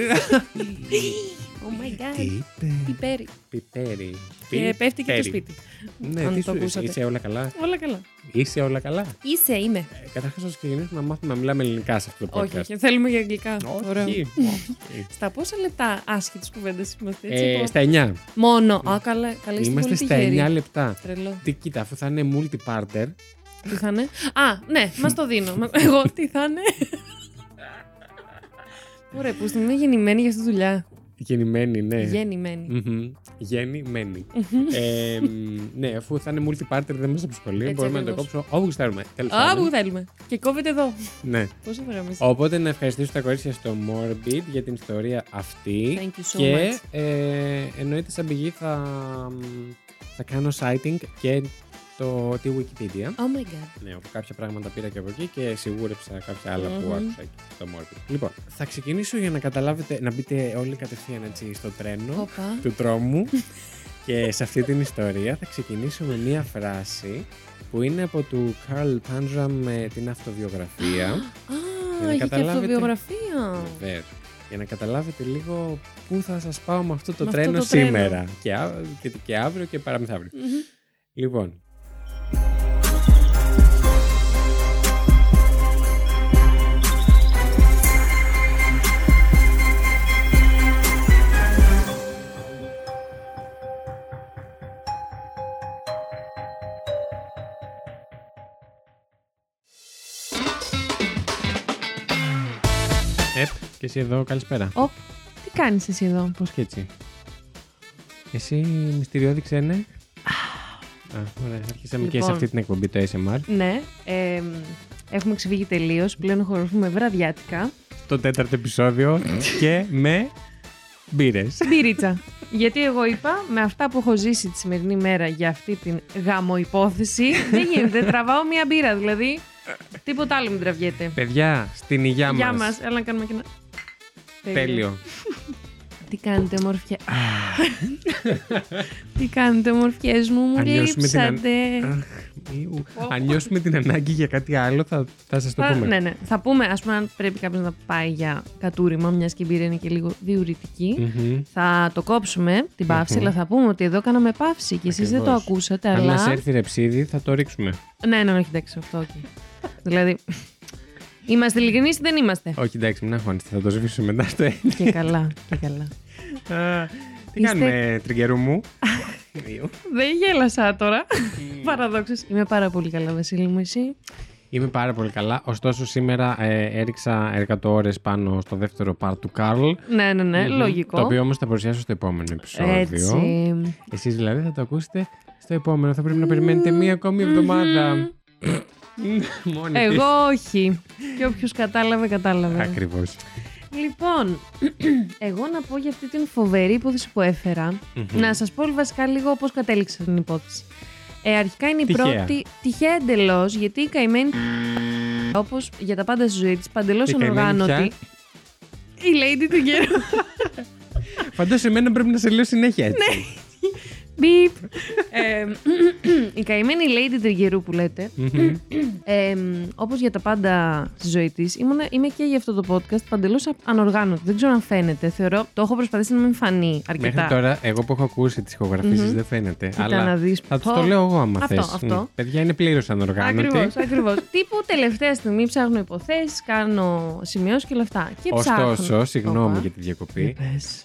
Oh my Τι god. είπε. Πιπέρι. Πιπέρι. Και Ε, πέφτει και το Πιπέρι. σπίτι. Ναι, αν τι το σου- ακούσατε. είσαι όλα καλά. Όλα καλά. Είσαι όλα καλά. Είσαι, είμαι. Ε, Καταρχάς, ας ξεκινήσουμε να μάθουμε να μιλάμε ελληνικά σε αυτό το Όχι, podcast. όχι, θέλουμε για αγγλικά. Ωραίο. Όχι. Στα πόσα λεπτά άσχετε κουβέντε είμαστε έτσι. Ε, που- Στα 9. Μόνο. Α, καλά, καλά, είστε Είμαστε πολύ στα τυχεροί. 9 λεπτά. Τρελό. Τι κοίτα, αφού θα είναι multi-parter, Τι θα είναι. Α, ναι, μας το δίνω. Μα- Εγώ τι θα είναι. Ωραία, που στην είναι γεννημένη για αυτή τη δουλειά. γεννημένη, ναι. Γεννημένη. Μμμ. Γεννημένη. Ε, μ, ναι, αφού θα είναι multi-parter δεν μας απασχολεί, Έτσι μπορούμε να το ακριβώς. κόψουμε όπου θέλουμε. Τέλος Α, που πάντων. θέλουμε. Και κόβεται εδώ. Ναι. Πόσο θα γραμμίσει. Οπότε να ευχαριστήσω τα κορίτσια στο Morbid για την ιστορία αυτή. Thank you so και much. ε, εννοείται σαν πηγή θα, μ, θα κάνω sighting και το, τη Wikipedia. Oh my god. Ναι, όπου κάποια πράγματα πήρα και από εκεί και σιγούρεψα κάποια άλλα που Μμμ. άκουσα εκεί στο Morbid. Λοιπόν, θα ξεκινήσω για να καταλάβετε, να μπείτε όλοι κατευθείαν έτσι στο τρένο Όπα. του τρόμου. και σε αυτή την ιστορία θα ξεκινήσω με μία φράση που είναι από του Carl Panzram ε, την αυτοβιογραφία. Για να Α, έχει και Ε, καταλάβετε. Ε. αυτοβιογραφία. Βεβαίως. Για να καταλάβετε λίγο πού θα σας πάω με αυτό το Με αυτό τρένο το τρένο. σήμερα. Και, α- και, και αύριο και παραμεθαύριο. Μμμ. Λοιπόν. Επ, και εσύ εδώ, καλησπέρα. Ωπ, τι κάνεις εσύ εδώ. Πώς και έτσι. Εσύ μυστηριώδη ξένε. Α, ωραία. Αρχίσαμε και σε Λοιπόν. αυτή την εκπομπή το ASMR. Ναι, εμ, έχουμε ξεφύγει τελείως. Πλέον χορηγούμε βραδιάτικα. Το τέταρτο επεισόδιο και με μπύρες. Μπυρίτσα. Γιατί εγώ είπα με αυτά που έχω ζήσει τη σημερινή μέρα για αυτή την γαμοϋπόθεση δεν γίνεται. Τραβάω μία μπύρα δηλαδή. Τίποτα άλλο μην τραβιέται. Παιδιά, στην υγειά Γεια μας. μας. Έλα να κάνουμε και ένα. Τέλειο. Τι κάνετε, ομορφιέ. Τι κάνετε, ομορφιές μου, μου Αν νιώσουμε την αν- λείψατε. Αχ, ιου. Αν νιώσουμε την ανάγκη για κάτι άλλο, θα, θα σας το Θα, πούμε. ναι, ναι. Θα πούμε, ας πούμε, αν πρέπει κάποιος να πάει για κατούριμα, μιας και η μπύρα είναι και λίγο διουρητική. Μμμ. Θα το κόψουμε την παύση, Μμμ. αλλά θα πούμε ότι εδώ κάναμε παύση και εσείς δεν το Ακριβώς. ακούσατε. Αν αλλά... μας έρθει ρεψίδι, θα το ρίξουμε. Ναι, ναι, όχι, εντάξει, αυτό όχι. δηλαδή. Είμαστε ειλικρινείς ή δεν είμαστε. Όχι, εντάξει, μην αγχώνεστε, θα το σβήσουμε μετά στο έντυπο. και καλά, και καλά. Α, Τι Είστε- κάνουμε, τριγκερού μου. Ιου. Δεν γέλασα τώρα. Παραδόξως. Είμαι πάρα πολύ καλά, Βασίλη μου, εσύ. Είμαι πάρα πολύ καλά. Ωστόσο, σήμερα ε, έριξα 100 ώρες πάνω στο δεύτερο part του Καρλ. Ναι, ναι, ναι, Μμμ. λογικό. Το οποίο όμως θα παρουσιάσω στο επόμενο επεισόδιο. Έτσι. Εσείς δηλαδή θα το ακούσετε στο επόμενο. Θα πρέπει να περιμένετε μία Mm-hmm. ακόμη εβδομάδα. Μόνη Εγώ όχι. Και όποιος κατάλαβε, κατάλαβε. Ακριβώς. Λοιπόν, εγώ να πω για αυτή την φοβερή υπόθεση που έφερα. Να σας πω βασικά λίγο πώς κατέληξε αυτή την υπόθεση. Ε, αρχικά είναι η Τυχαία. πρώτη. Τυχαία εντελώς, γιατί η καημένη. Όπως για τα πάντα στη ζωή της, παντελώς Η καημένη ανοργάνωτη. Η lady του καιρού. Φαντάζομαι εμένα πρέπει να σε λέω συνέχεια έτσι. Μπιπ. Ε, η καημένη lady Τριγερού που λέτε, Μμμ. ε, όπως για τα πάντα στη ζωή της, ήμουνα, είμαι και για αυτό το podcast παντελώς α- ανοργάνωτη. Δεν ξέρω αν φαίνεται. Θεωρώ, το έχω προσπαθήσει να μην φανεί αρκετά. Μέχρι τώρα, εγώ που έχω ακούσει τις ηχογραφήσεις Μμμ. δεν φαίνεται. Mm-hmm. Κοίτα να αλλά δεις. θα του Πω. το λέω εγώ άμα Αυτό, θες. αυτό. Μμ. Παιδιά είναι πλήρως Ακριβώς, ανοργάνωτη. ακριβώς. Τύπου τελευταία στιγμή ψάχνω υποθέσεις, κάνω σημειώσεις και όλα αυτά. Και ψάχνω. Ωστόσο, συγγνώμη Όπα. για τη Για διακοπή. πες.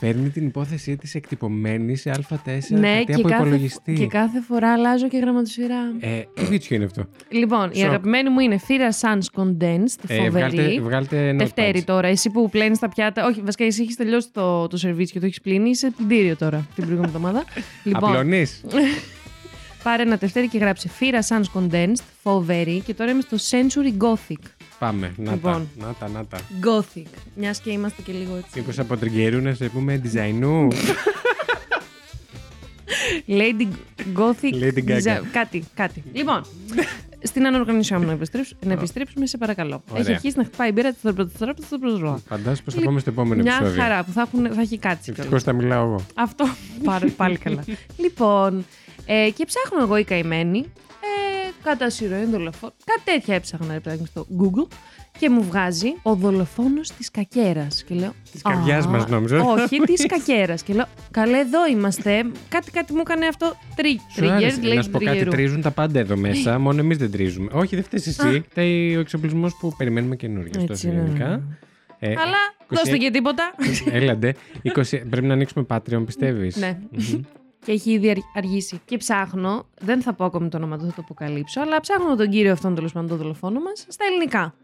Φέρνει την υπόθεσή της εκτυπωμένη σε Α4 Ναι, χαρτί και από κάθε, και υπολογιστή. κάθε φορά αλλάζω και γραμματοσυρά. Ε, τι βίτσιο είναι αυτό. Λοιπόν, η Σοκ. αγαπημένη μου είναι Fira Sans Condensed, Ε, φοβερή. βγάλτε, βγάλτε notepads. Δευτέρη τώρα, εσύ που πλένεις τα πιάτα. Όχι, βασικά εσύ έχεις τελειώσει το, το σερβίς και το έχεις πλύνει. Είσαι πλυντήριο τώρα την προηγούμενη εβδομάδα. λοιπόν, Απλώνεις? πάρε ένα Δευτέρη και γράψε Fira Sans Condensed, φοβερή. Και τώρα είμαι στο Century Gothic. Πάμε. Να Λοιπόν. τα. Να τα, να τα. Gothic. Μιας και είμαστε και λίγο έτσι. Μήπως από τον καιρού να σε πούμε designu. Lady Gothic. Lady Gaga. design- Κάτι, κάτι. λοιπόν, στην ανοργανισιά μου να επιστρέψουμε, να επιστρέψουμε, σε παρακαλώ. Ωραία. Έχει αρχίσει να χτυπάει η μπύρα τη θεραπευτική του Φαντάζομαι πως θα Λοιπόν, πάμε στο επόμενο Μια επεισόδιο. χαρά που θα, έχουν, θα έχει κάτσει κιόλας. Ευτυχώς θα μιλάω εγώ. Αυτό. Πάρα, πάλι καλά. λοιπόν, ε, και ψάχνω εγώ η καημένη. Ε, κατά συρροή δολοφόνο. Κάτι τέτοια έψαχνα ρε παιδάκι μου, στο Google και μου βγάζει ο δολοφόνος της κακέρας. Και λέω. Της καρδιάς μας, νόμιζα. Όχι, της κακέρας. Και λέω, Καλέ, εδώ είμαστε. Κάτι, κάτι μου έκανε αυτό. Τρι, Σου trigger, άρεσε. λέει Ε. Να σου του πω κάτι, τριγερού. τρίζουν τα πάντα εδώ μέσα. Μόνο εμείς δεν τρίζουμε. Όχι, δεν φταίεις εσύ. Φταίει ο εξοπλισμός που περιμένουμε καινούργιο. Έτσι Τόσο είναι. γενικά. Ε, Αλλά δώστε και τίποτα. Έλαντε. 20 Πρέπει να ανοίξουμε Patreon, πιστεύεις. Ναι. και έχει ήδη αρ- αργήσει. Και ψάχνω, δεν θα πω ακόμη το όνομα του, θα το αποκαλύψω, αλλά ψάχνω τον κύριο αυτόν τέλος πάντων, τον δολοφόνο μας, στα ελληνικά.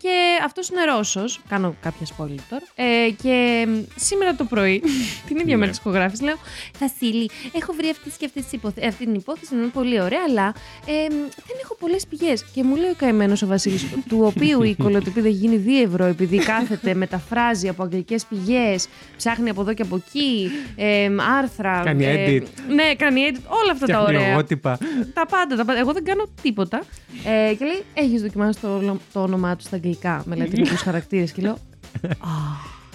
Και αυτός είναι Ρώσος. Κάνω κάποια spoiler τώρα. Ε, και μ, σήμερα το πρωί, την ίδια μέρα Ναι. της ηχογράφησης, λέω: Βασίλη, έχω βρει αυτή, και αυτή, τις υποθε... αυτή την υπόθεση, είναι πολύ ωραία, αλλά ε, μ, δεν έχω πολλές πηγές. Και μου λέει ο καημένος ο Βασίλης, του οποίου η κολοτοπίδα γίνει δίευρο, επειδή κάθεται, μεταφράζει από αγγλικές πηγές, ψάχνει από εδώ και από εκεί, ε, μ, άρθρα. Κάνει ε, edit. Ναι, κάνει edit. Όλα αυτά τα ωραία. Φτιάχνει Τα πάντα, τα πάντα. Εγώ δεν κάνω τίποτα. Ε, και λέει, έχεις δοκιμάσει το, όλο- το όνομά του στα αγγλικά με λατινικούς χαρακτήρες. Και λέω,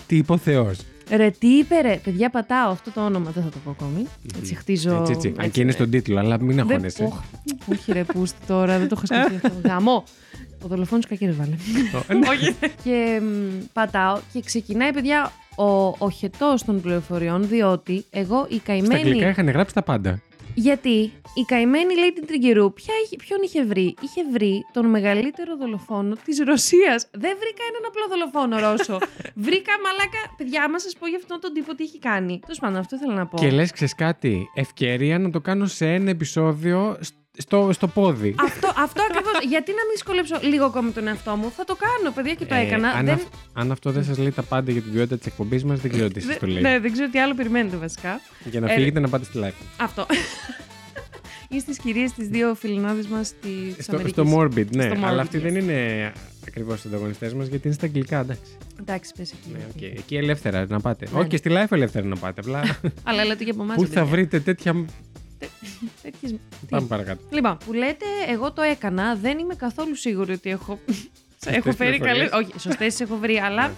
Τι είπε ο Θεός. Ρε, τι είπε, ρε. Παιδιά, πατάω αυτό το όνομα. Δεν θα το πω ακόμη. Έτσι, χτίζω. Έτσι, έτσι. Αν και είναι ναι. στον τίτλο, αλλά μην Δεν- αγχώνεσαι. Οχ, Όχι, ρε, πούστη τώρα, δεν το έχω σκεφτεί αυτό. Γαμό. Ο δολοφόνος κακέ βάλε. Ε, ναι. Όχι. Και μ, πατάω και ξεκινάει, παιδιά, ο, ο χετός των πληροφοριών, διότι εγώ η Στα αγγλικά καημένη. είχαν γράψει τα πάντα. Γιατί η καημένη λέει την Τριγκερού, ποια είχε- ποιον είχε βρει. Είχε βρει τον μεγαλύτερο δολοφόνο της Ρωσίας. Δεν βρήκα έναν απλό δολοφόνο Ρώσο. βρήκα μαλάκα. Παιδιά, άμα σας πω για αυτόν τον τύπο τι έχει κάνει. Τέλος πάντων, αυτό ήθελα να πω. Και λες, ξέρεις κάτι, ευκαιρία να το κάνω σε ένα επεισόδιο σ- στο, στο πόδι. Αυτό, αυτό ακριβώς. Γιατί να μην δυσκολέψω λίγο ακόμη τον εαυτό μου. Θα το κάνω, παιδιά, και το Ε, έκανα. αν, δεν... αυ- αν αυτό δεν σας λέει τα πάντα για την ποιότητα της εκπομπής μας, δεν ξέρω τι σας δεν- το λέει. ναι, δεν ξέρω τι άλλο περιμένετε βασικά. Για να Ε, φύγετε να πάτε στη live. Αυτό. Ή στις κυρίες τι δύο φιλινάδες μας της Ε, Στο, Αμερικής. στο Morbid, ναι. Στο Morbid, αλλά αυτοί yes. δεν είναι ακριβώς ανταγωνιστές μας γιατί είναι στα αγγλικά, εντάξει. Εντάξει, πες εκεί. Ναι, οκ. Εκεί ελεύθερα να πάτε. Ναι, Όχι, ναι. στη live ελεύθερα να πάτε. Απλά Αλλά λέτε και από Ε, εμάς. πού θα βρείτε τέτοια. Πάμε παρακάτω. Λοιπόν, που λέτε, εγώ το έκανα. Δεν είμαι καθόλου σίγουρη ότι έχω. έχω φέρει καλές. πληροφορίες. Όχι, σωστές έχω βρει, αλλά. Ναι.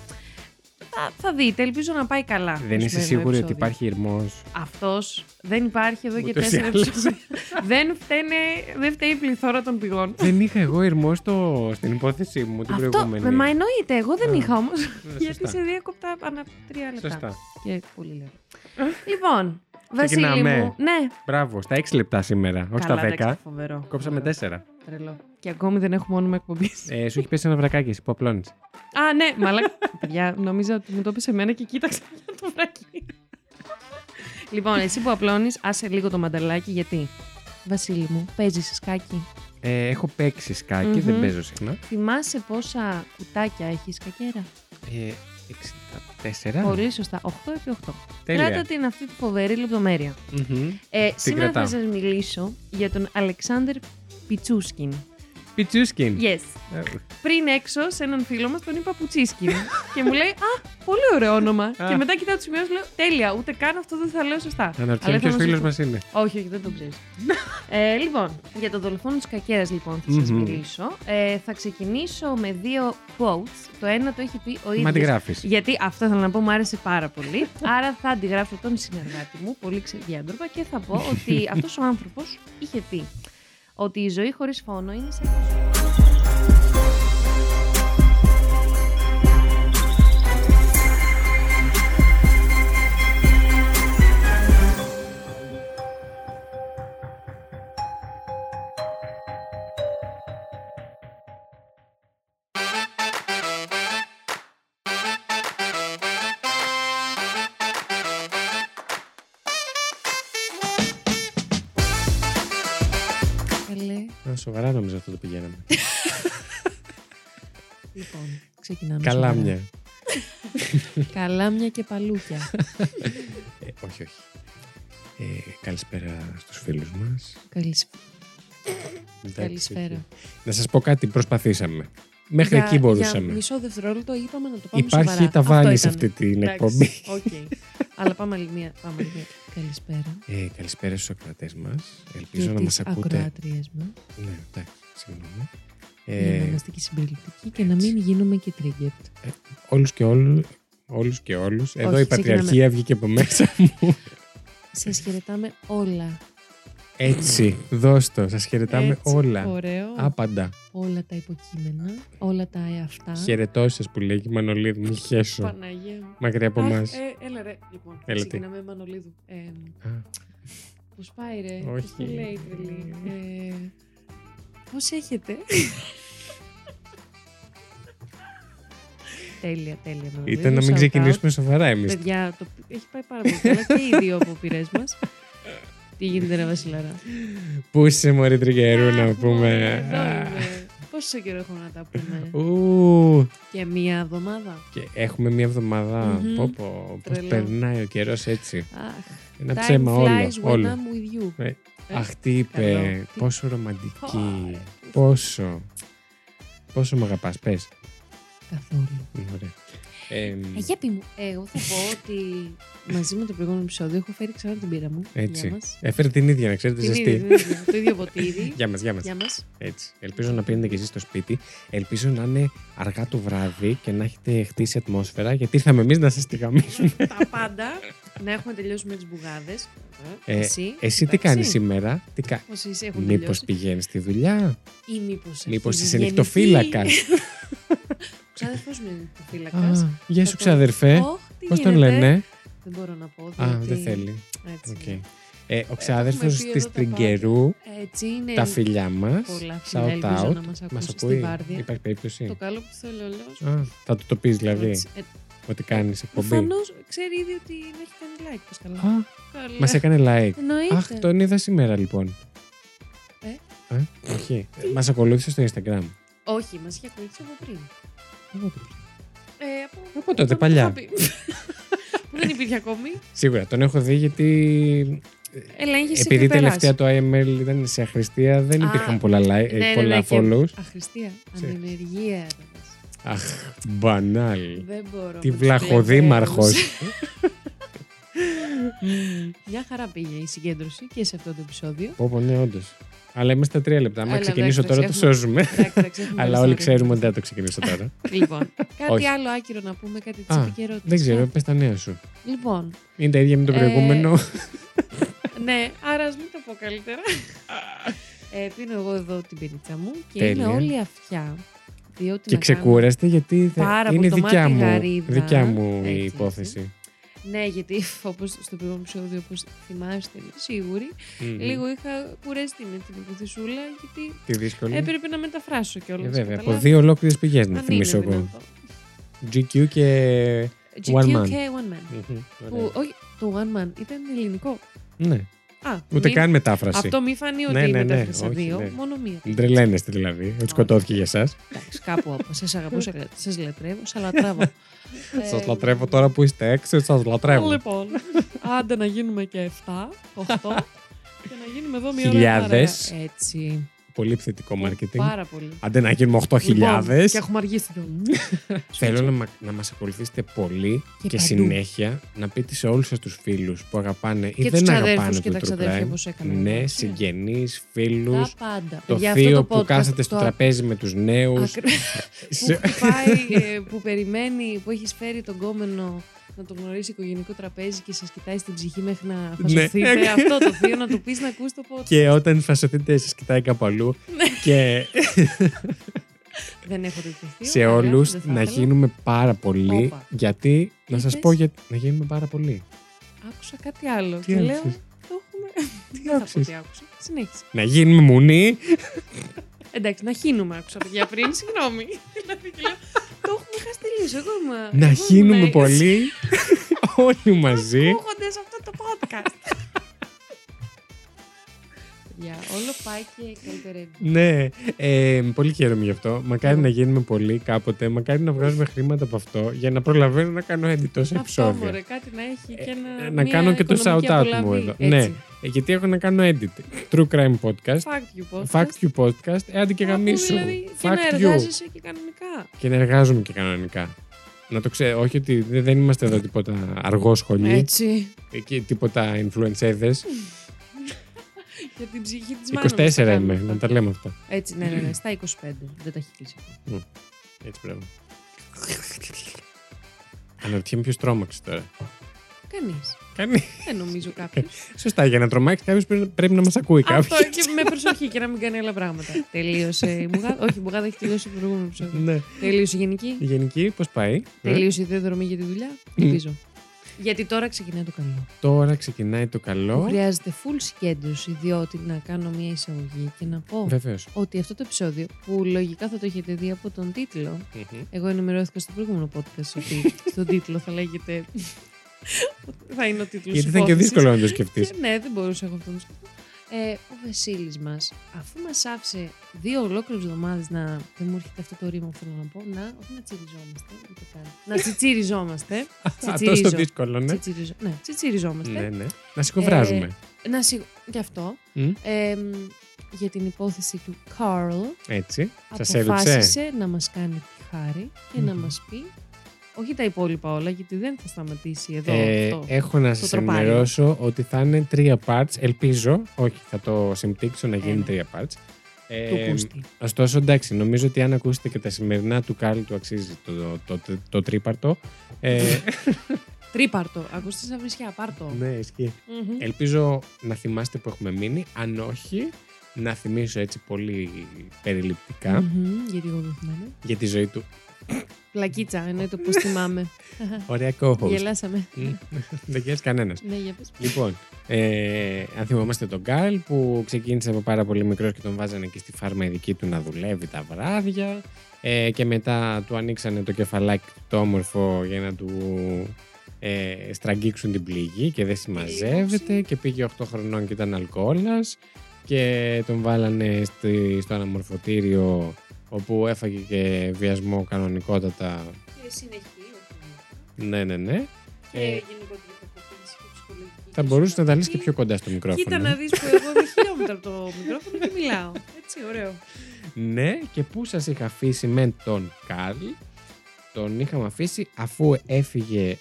θα, θα δείτε, ελπίζω να πάει καλά. το Δεν είσαι σημερινό σίγουρη ότι ναι, επεισόδιο. υπάρχει ηρμός. Αυτός δεν υπάρχει εδώ και Ούτως ή τέσσερα άλλως. επεισόδια. δεν, φταίνε, δεν φταίει η πληθώρα των πηγών. δεν είχα εγώ ηρμός στο... στην υπόθεσή μου την Αυτό προηγούμενη. με μα εννοείται. Εγώ δεν Α, είχα όμως. Ναι, Γιατί σωστά. σε διέκοπτα ανά τρία λεπτά. Σωστά. Και πολύ λίγο. λοιπόν, Βασίλη Ξεκινάμε. μου. Ναι, Μπράβο, στα 6 λεπτά σήμερα, όχι καλά, εντάξει, στα 10. Φοβερό. Κόψαμε 4. Τρελό. Και ακόμη δεν έχουμε όνομα εκπομπής. Ε, σου έχει πέσει ένα βρακάκι εσύ που απλώνεις. Α, ναι, μαλάκα. Παιδιά, νόμιζα ότι μου το έπεσε εμένα και κοίταξα για το βρακί. λοιπόν, εσύ που απλώνεις, άσε λίγο το μανταλάκι γιατί. Βασίλη μου, παίζεις σκάκι. Ε, έχω παίξει σκάκι, Μμμ. δεν παίζω συχνά. Θυμάσαι πόσα κουτάκια έχεις κακέρα. Ε, 64. Πολύ σωστά. 8 επί 8. Ναι. Τέλεια. Κράτα την αυτή τη φοβερή λεπτομέρεια. Μμμ. Ε, σήμερα κρατάω. θα σας μιλήσω για τον Αλεξάνδρ Πιτσούσκιν. Πιτσούσκιν. Yes. Ε, Πριν έξω, σε έναν φίλο μας τον είπα Πουτσίσκιν. και μου λέει Α, πολύ ωραίο όνομα. και μετά κοιτάω τους σημειώσεις λέω Τέλεια, ούτε καν αυτό δεν θα λέω σωστά. Αναρωτιέμαι θα ποιο μας φίλο ακούσει. μας είναι. Όχι, όχι, δεν το ξέρεις. ε, λοιπόν, για το δολοφόνο της κακέρας, λοιπόν, θα σας Μμμ. μιλήσω. Ε, θα ξεκινήσω με δύο quotes. Το ένα το έχει πει ο Μα τη ίδιο. γράφει. Γιατί αυτό θέλω να πω, μου άρεσε πάρα πολύ. Άρα θα αντιγράψω τον συνεργάτη μου, πολύ ξεδιάντροπα, και θα πω ότι αυτός ο άνθρωπος είχε πει ότι η ζωή χωρίς φόνο είναι σαν. Καλέ. Σοβαρά νομίζω αυτό το πηγαίναμε. Λοιπόν, ξεκινάμε. Καλά σοβαρά. μια. Καλάμια και παλούκια. Ε, όχι, όχι. Ε, καλησπέρα στους φίλους μας. Καλησπέρα. Εντάξει, Καλησπέρα. Να σας πω κάτι, προσπαθήσαμε. Μέχρι εκεί μπορούσαμε. Για μισό δευτερόλεπτο είπαμε να το πάμε Υπάρχει σοβαρά. ταβάνι σε Αυτό αυτή ήταν. την Εντάξει, εκπομπή. οκ. Αλλά πάμε άλλη μία. Πάμε άλλη μία. Καλησπέρα. Ε, καλησπέρα στους ακροατές μας. Και Ελπίζω να μας τις ακούτε. ακροάτριες μας. Ναι, εντάξει, συγγνώμη. Για να Ε, είμαστε και συμπεριληπτικοί και να μην γίνουμε και triggered. όλους και όλους, όλους και όλους. Εδώ Όχι, η ξεκινάμε. Πατριαρχία βγήκε από μέσα μου. Σας χαιρετάμε όλα. Έτσι, δώστο. Σας χαιρετάμε Έτσι, όλα. Ωραίο. Άπαντα. Όλα τα υποκείμενα, όλα τα εαυτά. Χαιρετώ σας που λέει και η Μανολίδη, μη χέσω. Παναγία μου. Μακριά από Αχ, εμάς. ε, έλα ρε, λοιπόν. Έλα, τι. ξεκινάμε με Μανολίδου. Ε, πώς πάει ρε, πώς Όχι. τη λέει η τρελή. Ε, πώς έχετε. τέλεια, τέλεια Μανολίδου. Ήταν να μην shout out. ξεκινήσουμε σοβαρά εμείς. Παιδιά, το... έχει πάει πάρα πολύ καλά και οι δύο αποπειρές μας. Τι γίνεται ρε Βασιλάρα. Πού είσαι, Μωρή Τριγερού, να Αχ, μωρέ, πούμε. εδώ είμαι. Πόσο καιρό έχουμε να τα πούμε. Ου, Και μία εβδομάδα. και έχουμε μία εβδομάδα. Μμμ. Πω, πω, πώς Τρελό. περνάει ο καιρός έτσι. Αχ, Ένα time ψέμα όλο. flies when όλο. I'm with you. Ε, Ε, Αχ, τι καλό. είπε, Τι- πόσο ρομαντική. Ωραία. Πόσο. Πόσο με αγαπάς, πες. Καθόλου. Ναι, Ε, για πει μου, ε, εγώ θα πω ότι μαζί με το προηγούμενο επεισόδιο έχω φέρει ξανά την πύρα μου. Έτσι. Για μας. Έφερε την ίδια, να ξέρετε, Την ίδια, ζεστή. την ίδια. το ίδιο ποτήρι. Γεια μα, γεια μα. Γεια μας. Έτσι. Ελπίζω να πίνετε κι εσείς στο σπίτι. Ελπίζω να είναι αργά το βράδυ και να έχετε χτίσει ατμόσφαιρα, γιατί ήρθαμε εμείς να σας τη γαμίσουμε. Τα πάντα. Να έχουμε τελειώσει με τις μπουγάδες. Ε, εσύ. Εσύ τι εντάξει. κάνεις σήμερα, τι κα... Πώς είσαι, έχουν Μήπω τελειώσει. πηγαίνεις στη δουλειά, Ή μήπως Μήπω έχεις είσαι γεννηθεί. νυχτοφύλακας. Ο ξάδερφός μου είναι νυχτοφύλακας. Α, Γεια Θα σου, τον- ξαδερφέ. Ωχ, τι Πώς τον γίνεται. λένε, Δεν μπορώ να πω. Διότι... Α, δεν θέλει. Έτσι, Οκ. είναι. Ε, ο ξάδερφο έχουμε πει εδώ τη τα Τριγκερού, Έτσι είναι. τα φιλιά μας. Πολλά φιλιά, Shout ελπίζω out. να μας Μας ακούσει στη ακούει. Βάρδια. Υπάρχει Το περίπτωση. καλό που θέλει ο Λέος. Α, θα του το πεις δηλαδή Έτσι, ε, ότι κάνεις εκπομπή. Προφανώς ξέρει ήδη ότι με έχει κάνει like. Πώς καλά. Α, καλά. μας έκανε like. Ε, Εννοείται. Αχ, τον είδα σήμερα λοιπόν. Ε? Ε, όχι. Μας ακολούθησε στο Instagram. Όχι, μας είχε ακολουθήσει από πριν. Εγώ το πήρα. Ε, από... Από τότε, παλιά. Που δεν υπήρχε ακόμη. Σίγουρα τον έχω δει γιατί. Έλα, είχε Επειδή τελευταία το IML ήταν σε αχρηστία, δεν Α, ναι, υπήρχαν πολλά, like, ε, πολλά follows. Αχρηστία. Σε- Ανενεργία. ρε. Αχ, μπανάλ. Δεν μπορώ. Τι με τους βλαχοδήμαρχο. πλέον. Μια χαρά πήγε η συγκέντρωση και σε αυτό το επεισόδιο. Πω, πω, ναι, όντως. Αλλά είμαστε τρία λεπτά. Άμα Έλα, ξεκινήσω εντάξει, τώρα, το έχουμε- σώζουμε. Εντάξει, εντάξει, έχουμε Αλλά άλλη όλοι story. ξέρουμε ότι δεν θα το ξεκινήσω τώρα. Λοιπόν, κάτι Όχι. άλλο άκυρο να πούμε, κάτι τη Α, επικαιρότητα. Δεν ξέρω, πες τα νέα σου. Λοιπόν, Είναι τα ίδια με το Ε, προηγούμενο. Ναι, άρα ας μην το πω καλύτερα. ε, πίνω εγώ εδώ την πυρίτσα μου και Τέλεια. είναι όλη αυτιά. Διότι Και να κάνω- ξεκούραστε γιατί θα- Πάρα είναι πολύ το δικιά μάτι μου, γαρίδα. δικιά μου Έτσι, η έτσι. υπόθεση. Ναι, γιατί όπως στο προηγούμενο επεισόδιο, όπως θυμάστε, σίγουροι, Μμμ. λίγο είχα κουραστεί με την υποθυσούλα, γιατί Τι δύσκολη. έπρεπε να μεταφράσω κιόλας. Ε, βέβαια, από καταλάβατε. δύο ολόκληρες πηγές να Αν θυμίσω είναι εγώ. δυνατό. GQ και. One man. GQK One Man. Μμμ, Που, ωραία. όχι, το One Man ήταν ελληνικό. Ναι, Α, ούτε μην- καν μετάφραση. Αυτό μη φανεί ότι Ναι, ναι, ναι, μετάφρασα όχι, δύο, ναι. μόνο μία. Τρελαίνεστε δηλαδή, ότι σκοτώθηκε για εσά. Εντάξει, κάπου από. Σα αγαπώ, σας λατρεύω, σας λατρεύω. Ε, Σα λατρεύω τώρα που είστε έξω, σας λατρεύω. Λοιπόν, άντε να γίνουμε και 7, 8 και να γίνουμε εδώ μία Χιλιάδες. ώρα. παρέα. Έτσι. Πολύ επιθετικό marketing. Πάρα πολύ. Αντί να γίνουμε 8.000, Λοιπόν, και έχουμε αργήσει κιόλα. θέλω να, μα- να μας ακολουθήσετε πολύ Και και, παντού. συνέχεια να πείτε σε όλους σας τους φίλους που αγαπάνε ή Και τους δεν αγαπάνε ξαδέρφους και το τα true ξαδέρφια crime. που σου έκαναν. Ναι, Ναι. συγγενείς, φίλους, Τα πάντα. το Παιδιά, θείο αυτό το που podcast, κάθεται στο το τραπέζι με τους νέους. ακρι- Σε- που πάει, ε, που περιμένει, που έχει φέρει τον κόμενο να τον γνωρίσει οικογενεικό τραπέζι και σας κοιτάει στην ψυχή μέχρι να φασωθείτε. Ναι. Αυτό το θείο να του πεις να ακούσει το podcast. και όταν φασωθείτε σας κοιτάει κάπου αλλού. Ναι. και Δεν έχω τέτοιο θείο. σε αλλά όλους δεν θα να ήθελα. γίνουμε πάρα πολύ. Όπα. Γιατί, να σας Είπες? πω γιατί, να γίνουμε πάρα πολύ. Άκουσα κάτι άλλο. Τι και λέω. άκουσες? Το έχουμε. Τι Δεν θα πω άκουσες? τι άκουσα. Συνέχισε. Να γίνουμε μουνή. Εντάξει, να χύνουμε, άκουσα παιδιά πριν. Συγγνώμη. Δηλαδή και λέω. Το έχουμε χάσει τελείω. Εγώ Να είμαι. εγώ ήμουν γίνουμε έτσι. πολύ. Όλοι μαζί. ακούγονται σε αυτό το podcast. Για όλο πάει και καλυτερεύει. Ναι, ε, πολύ χαίρομαι γι' αυτό. Μακάρι Ναι. να γίνουμε πολύ κάποτε. Μακάρι να βγάζουμε χρήματα από αυτό για να προλαβαίνω να κάνω edit τόσα Αυτό επεισόδια. μωρέ, κάτι να έχει και ένα. Ε, να μια κάνω και το οικονομική shout-out μου απολαύη. εδώ. Έτσι. Ναι. Ε, γιατί έχω να κάνω edit. True Crime Podcast. Fact you podcast. Fact You Podcast. Ε, άντε και Αφού γαμίσου. Δηλαδή, και να Fact You. εργάζεσαι και κανονικά. Και να εργάζομαι και κανονικά. Να το ξέρω, όχι ότι δε- δεν είμαστε εδώ τίποτα αργό σχολή Έτσι. και τίποτα influencers. Για την ψυχή της μάνας. 24 είμαι, να τα λέμε αυτά. Έτσι, ναι, ναι, ναι, στα 25. Δεν τα έχει κλείσει. ακόμα. Έτσι πρέπει. Αναρωτιέμαι ποιος τρόμαξε τώρα. Κανείς. Κάνει. Δεν νομίζω κάποιος. Σωστά, για να τρομάξει κάποιος πρέπει, πρέπει να μας ακούει κάποιο. Αυτό και με προσοχή και να μην κάνει άλλα πράγματα. Τελείωσε η μπουγάδα. Όχι, η μπουγάδα έχει τελειώσει το προηγούμενο επεισόδιο. ναι. Τελείωσε η γενική. Η γενική, πώς πάει. ε? Τελείωσε η διαδρομή για τη δουλειά. Ελπίζω. Γιατί τώρα ξεκινάει το καλό. Τώρα ξεκινάει το Μου καλό. χρειάζεται full συγκέντρωση, διότι να κάνω μια εισαγωγή και να πω Βεβαίως. ότι αυτό το επεισόδιο, που λογικά θα το έχετε δει από τον τίτλο, εγώ ενημερώθηκα στο προηγούμενο podcast ότι στον τίτλο θα λέγεται. θα είναι ο τίτλος. Γιατί θα είναι και δύσκολο να το σκεφτείς. Και ναι, δεν μπορούσα εγώ αυτό να το σκεφτώ. Ε, ο Βασίλης μας, αφού μας άφησε δύο ολόκληρες εβδομάδες να. Δεν μου έρχεται αυτό το ρήμα που θέλω να πω. Να, όχι να τσιριζόμαστε. ούτε καν. Να τσιτσιριζόμαστε. Τόσο Τσιτσιρίζω. δύσκολο, ναι. Τσιτσιριζο- Ναι, τσιτσιριζόμαστε. Ναι, ναι. Να σηκωβράζουμε. Να σι... Γι' αυτό. Μμ. Ε, μ, για την υπόθεση του Καρλ. Έτσι. Σας έδειξε. Αποφάσισε να μας κάνει τη χάρη και να Μμμ. μας πει. Όχι τα υπόλοιπα όλα, γιατί δεν θα σταματήσει εδώ Ε, αυτό. έχω να Το σας τροπάρι. ενημερώσω ότι θα είναι τρία parts. Ελπίζω. Όχι, θα το συμπτύξω να γίνει ναι. τρία parts. Ε, του Κούστη. Ωστόσο, εντάξει, νομίζω ότι αν ακούσετε και τα σημερινά του Κάρλ του αξίζει το, το, το, το, τρίπαρτο. Ε, Τρίπαρτο. Ακούστε σαν βρισιά, πάρτο. ναι, ισχύει. Μμμ. Ελπίζω να θυμάστε που έχουμε μείνει. Αν όχι, να θυμίσω έτσι πολύ περιληπτικά Μμμ, Γιατί εγώ δεν θυμάμαι. για τη ζωή του. Πλακίτσα, εννοεί το πώ θυμάμαι. Ωραία co-host. Γελάσαμε. Μμ, Δεν γελάς κανένας. Ναι, για πες. Λοιπόν, ε, αν θυμόμαστε τον Γκάλ που ξεκίνησε από πάρα πολύ μικρός και τον βάζανε και στη φάρμα η δική του να δουλεύει τα βράδια ε, και μετά του ανοίξανε το κεφαλάκι το όμορφο για να του ε, στραγγίξουν την πληγή και δεν συμμαζεύεται Πλήγωση. και πήγε 8 χρονών και ήταν αλκοόλας και τον βάλανε στη, στο αναμορφωτήριο όπου έφαγε και βιασμό κανονικότατα. Και συνεχή, Ναι, ναι, ναι. Ε, γυναικοκοπήση και ψυχολογική. θα μπορούσε να τα λες και πιο κοντά στο μικρόφωνο. Κοίτα να δεις που εγώ είμαι χιλιόμετρα από το μικρόφωνο και μιλάω. Έτσι, ωραίο. Ναι, και πού σας είχα αφήσει με τον Καρλ. Τον είχαμε αφήσει αφού έφυγε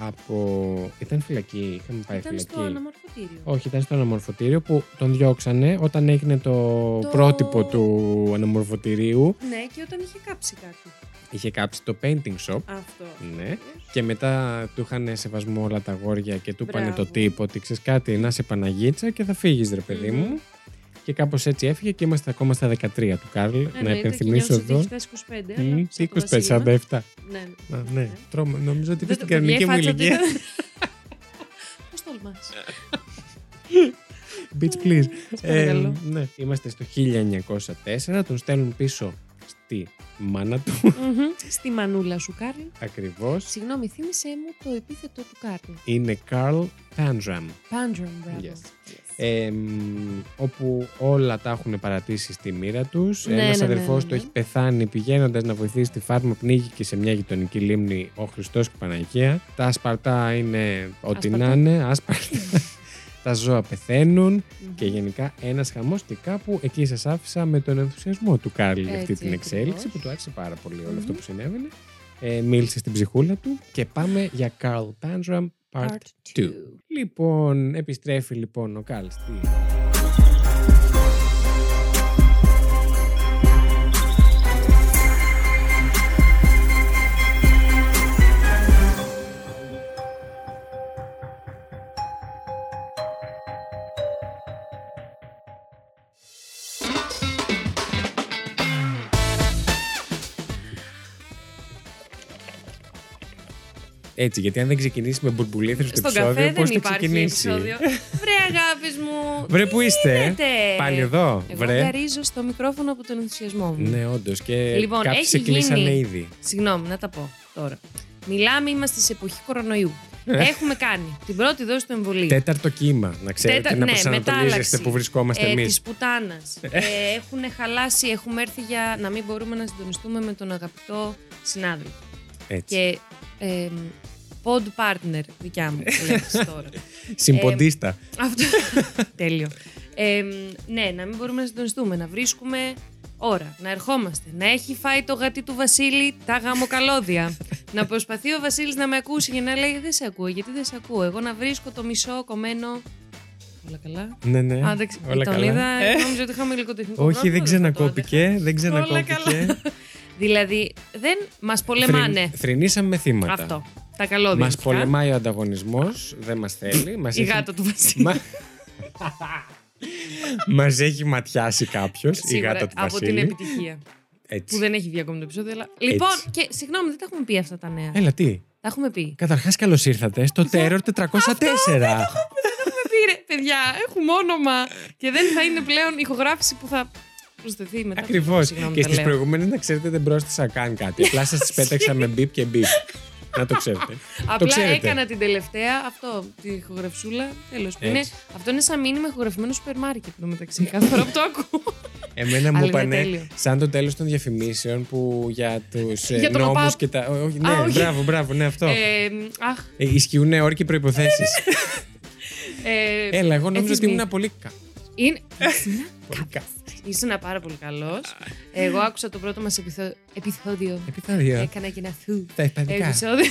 από. Ήταν φυλακή, είχαμε πάει Ήταν φυλακή. στο αναμορφωτήριο. Όχι, ήταν στο αναμορφωτήριο που τον διώξανε όταν έγινε το, Το- πρότυπο του αναμορφωτηρίου. Ναι, και όταν είχε κάψει κάτι. Είχε κάψει το painting shop. Αυτό. Ναι. Και μετά του είχαν σεβασμό όλα τα αγόρια και του είπανε το Μπράβο. τύπο ότι ξέρεις κάτι, να είσαι Παναγίτσα και θα φύγεις, ρε παιδί Μμμ. μου. Και κάπως έτσι έφυγε και είμαστε ακόμα στα 13 του Καρλ. Ναι, να ναι, υπενθυμίσω εδώ. Ήταν και νιώθεις ότι έχεις φτάσει 25, Μμ, αλλά τι σαν το 25, Βασίλη μας. 47. Ναι, ναι. Α, ναι, Ναι. τρώμα. Νομίζω ότι είπε Δεν στην το- κανονική παιδιά, μου η φάτσα του ηλικία. ήταν- Πώς τολμάς. Bitch, please. Σε παρακαλώ. Ε, ναι. Είμαστε στο 1904. Τον στέλνουν πίσω στη μάνα του. Μμμ. Στη μανούλα σου, Κάρλ. Ακριβώς. Συγγνώμη, θύμισε μου το επίθετο του Κάρλ. Είναι Carl Tantram. Πάντρον, μπράβο. Yes. Ε, μ, όπου όλα τα έχουν παρατήσει στη μοίρα τους. Ναι, Ένας ναι, ναι, αδερφός ναι, ναι. του έχει πεθάνει πηγαίνοντας να βοηθήσει τη φάρμα. Πνίγηκε σε μια γειτονική λίμνη ο Χριστός και η Παναγία. Τα Ασπαρτά είναι ό,τι να Άσπαρτα. είναι. Άσπαρτα. τα ζώα πεθαίνουν και γενικά ένας χαμός και κάπου εκεί σας άφησα με τον ενθουσιασμό του Κάρλ για αυτή Έτσι την εξέλιξη ακριβώς. που του άρεσε πάρα πολύ όλο αυτό Μμμ. που συνέβαινε. Ε, μίλησε στην ψυχούλα του και πάμε για Carl Tantrum Part two. Λοιπόν, επιστρέφει λοιπόν ο Κάλ στη... Έτσι, γιατί αν δεν ξεκινήσεις με μπουρμπουλήθρες στο Στον επεισόδιο, καφέ πώς δεν θα υπάρχει ξεκινήσει. επεισόδιο. Βρε αγάπης μου. Βρε, τι πού είστε, ε? γίνεται? Πάλι εδώ, Εγώ βρε. γαρίζω στο μικρόφωνο από τον ενθουσιασμό μου. Ναι, όντως. Και Λοιπόν, κάποιοι έχει σε κλείσανε γίνει. ήδη. Συγγνώμη, να τα πω τώρα. Μιλάμε, είμαστε σε εποχή κορονοϊού. Ναι. Έχουμε κάνει την πρώτη δόση του εμβολίου. Τέταρτο κύμα, να ξέρετε, Τέτα- να ναι, προσανατολίζεστε μετάλλαξη. που βρισκόμαστε ε, εμείς. Της πουτάνας. ε, έχουν χαλάσει, έχουμε έρθει για να μην μπορούμε να συντονιστούμε με τον αγαπητό συνάδελφο. Έτσι. Και ε, pod partner δικιά μου, λέξεις τώρα. Συμποντίστα. Αυτό. Τέλειο. Ε, ναι, να μην μπορούμε να συντονιστούμε, να βρίσκουμε ώρα, να ερχόμαστε, να έχει φάει το γατί του Βασίλη τα γαμοκαλώδια. να προσπαθεί ο Βασίλης να με ακούσει για να λέει Δεν σε ακούω, γιατί δεν σε ακούω. Εγώ να βρίσκω το μισό κομμένο. Όλα καλά. Ναι, ναι. Α, δεν ξε- Όλα τον καλά. είδα, Ε, νόμιζα ότι είχαμε υλικοτεχνικό όχι, δεν πρόβλημα, το άντεχα. ξανακόπηκε. Δεν Όλα ξανακόπηκε. καλά. δηλαδή, δεν μας πολεμάνε. Θρυν- Θρυνήσαμε θύματα. Αυτό. Τα καλώδια. Μας πια. πολεμάει ο ανταγωνισμός, δεν μας θέλει. Μας Η έχει... γάτα του Βασίλη. Μα... μας έχει ματιάσει κάποιος η Σίγουρα, γάτα του από Βασίλη. την επιτυχία. Έτσι. Που δεν έχει βγει ακόμη το επεισόδιο. Αλλά... Λοιπόν, και συγγνώμη, δεν τα έχουμε πει αυτά τα νέα. Έλα, τι. Τα έχουμε πει. Καταρχάς, καλώς ήρθατε στο Terror 404. έχουμε πει, ρε, παιδιά, έχουμε όνομα. Και δεν θα είναι πλέον ηχογράφηση που θα προσθεθεί μετά. Ακριβώ. Συγγνώμη, Και τα στις λέω. προηγούμενες, να ξέρετε, δεν πρόσθεσα καν κάτι. Απλά σας τι πέταξα με μπίπ και μπίπ. Να το ξέρετε. το Απλά ξέρετε. έκανα την τελευταία αυτό, τη ηχογραφησούλα. Τέλος. Έτσι. Αυτό είναι σαν μήνυμα ηχογραφημένο σούπερ μάρκετ το μεταξύ. Κάθε φορά που το ακούω. Εμένα μου Αλλά είναι είπανε τέλειο. σαν το τέλος των διαφημίσεων που για τους Για τον νόμου ΟΠΑΠ. και τα. Ό, όχι, ναι, Α, όχι. μπράβο, μπράβο, ναι, αυτό. Ε, Ε, αχ. ισχύουν όροι και προποθέσει. Ε, Έλα, εγώ νόμιζα ότι εθισμοί. ήμουν πολύ. κα- Είναι... πολύ κα- Ήσουν πάρα πολύ καλός. Εγώ άκουσα το πρώτο μας επεισόδιο. Επιτάδια. Έκανα και ένα θου. Τα υπαδικά. επεισόδιο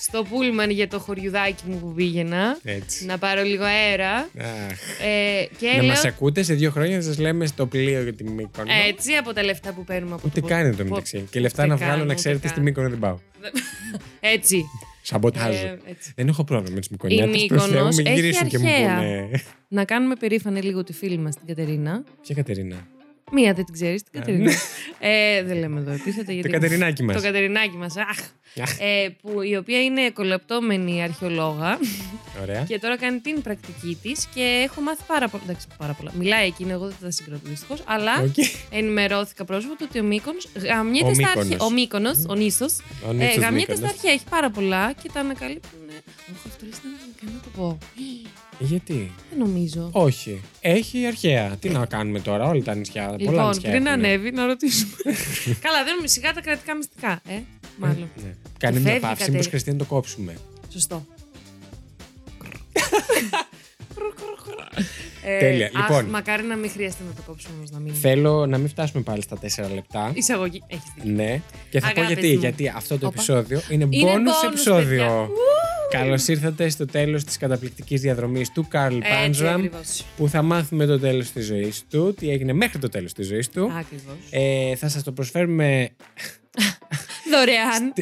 στο πούλμαν για το χωριουδάκι μου που πήγαινα. Έτσι. να πάρω λίγο αέρα. Αχ. Ε, και Να λέω, μας ακούτε σε δύο χρόνια να σας λέμε στο πλοίο για τη Μύκονο. έτσι από τα λεφτά που παίρνουμε από Ούτε το καν εν τω Ε, πο- μεταξύ. Και λεφτά να ούτε βγάλω καν, να ούτε ξέρετε καν. στη Μύκονο δεν πάω. Έτσι. Σαμποτάζω. Ε, έτσι. Δεν έχω πρόβλημα με του Η Μικονιάτε. Η Μύκονος Μύκονος έχει γυρίσουν και μου αρχαία. πούνε. Να κάνουμε περήφανη λίγο τη φίλη μας την Κατερίνα. Ποια Κατερίνα. Μία δεν την ξέρεις, την Α, Κατερίνα. ε, δεν λέμε εδώ επίθετα. Το γιατί- Κατερινάκι μας. Το Κατερινάκι μας, αχ. Αχ. ε, που, η οποία είναι κολαπτόμενη αρχαιολόγα Ωραία. και τώρα κάνει την πρακτική της και έχω μάθει πάρα πολλά. Εντάξει, πάρα πολλά. Μιλάει εκείνη, εγώ δεν τα συγκροτώ δυστυχώς, αλλά Οκ. ενημερώθικά πρόσφατα ότι ο Μύκονος Ο γαμιέται στα Μύκονος. αρχαία. Ο Μύκονος, ο Νήσος, Ο ε, Νίτσος γαμιέται στα Μύκονος. αρχαία. Έχει πάρα πολλά και τα ανακαλύπτουν. Όχι, αυτό λες να μην κάνω να το πω. Γιατί. Δεν νομίζω. Όχι. Έχει αρχαία. Τι να κάνουμε τώρα, όλα τα νησιά. πολλά Λοιπόν, νησιά πριν έχουνε. ανέβει, να ρωτήσουμε. Καλά, δίνουμε σιγά τα κρατικά μυστικά, ε. Μάλλον. Ε, ναι. Κάνε μια φεύγει, παύση, Κατερι- μήπω χρειαστεί να το κόψουμε. Σωστό. Τέλεια. Ε, αχ, Λοιπόν. μακάρι να μην χρειάζεται να το κόψουμε όμως να μην. Θέλω να μην φτάσουμε πάλι στα 4 λεπτά. Εισαγωγή. Έχεις δίκιο. Ναι. Και θα πω Αγάπη γιατί. μου. Γιατί αυτό το Όπα. επεισόδιο είναι Είναι bonus bonus, παιδιά. επεισόδιο. Ου! Καλώς ήρθατε στο τέλος της καταπληκτικής διαδρομής του Καρλ Έτσι Πάντζραμ. ακριβώς. Που θα μάθουμε το τέλος της ζωής του, τι έγινε μέχρι το τέλος της ζωής του. Ακριβώς. Ε, θα σας το προσφέρουμε Δωρεάν.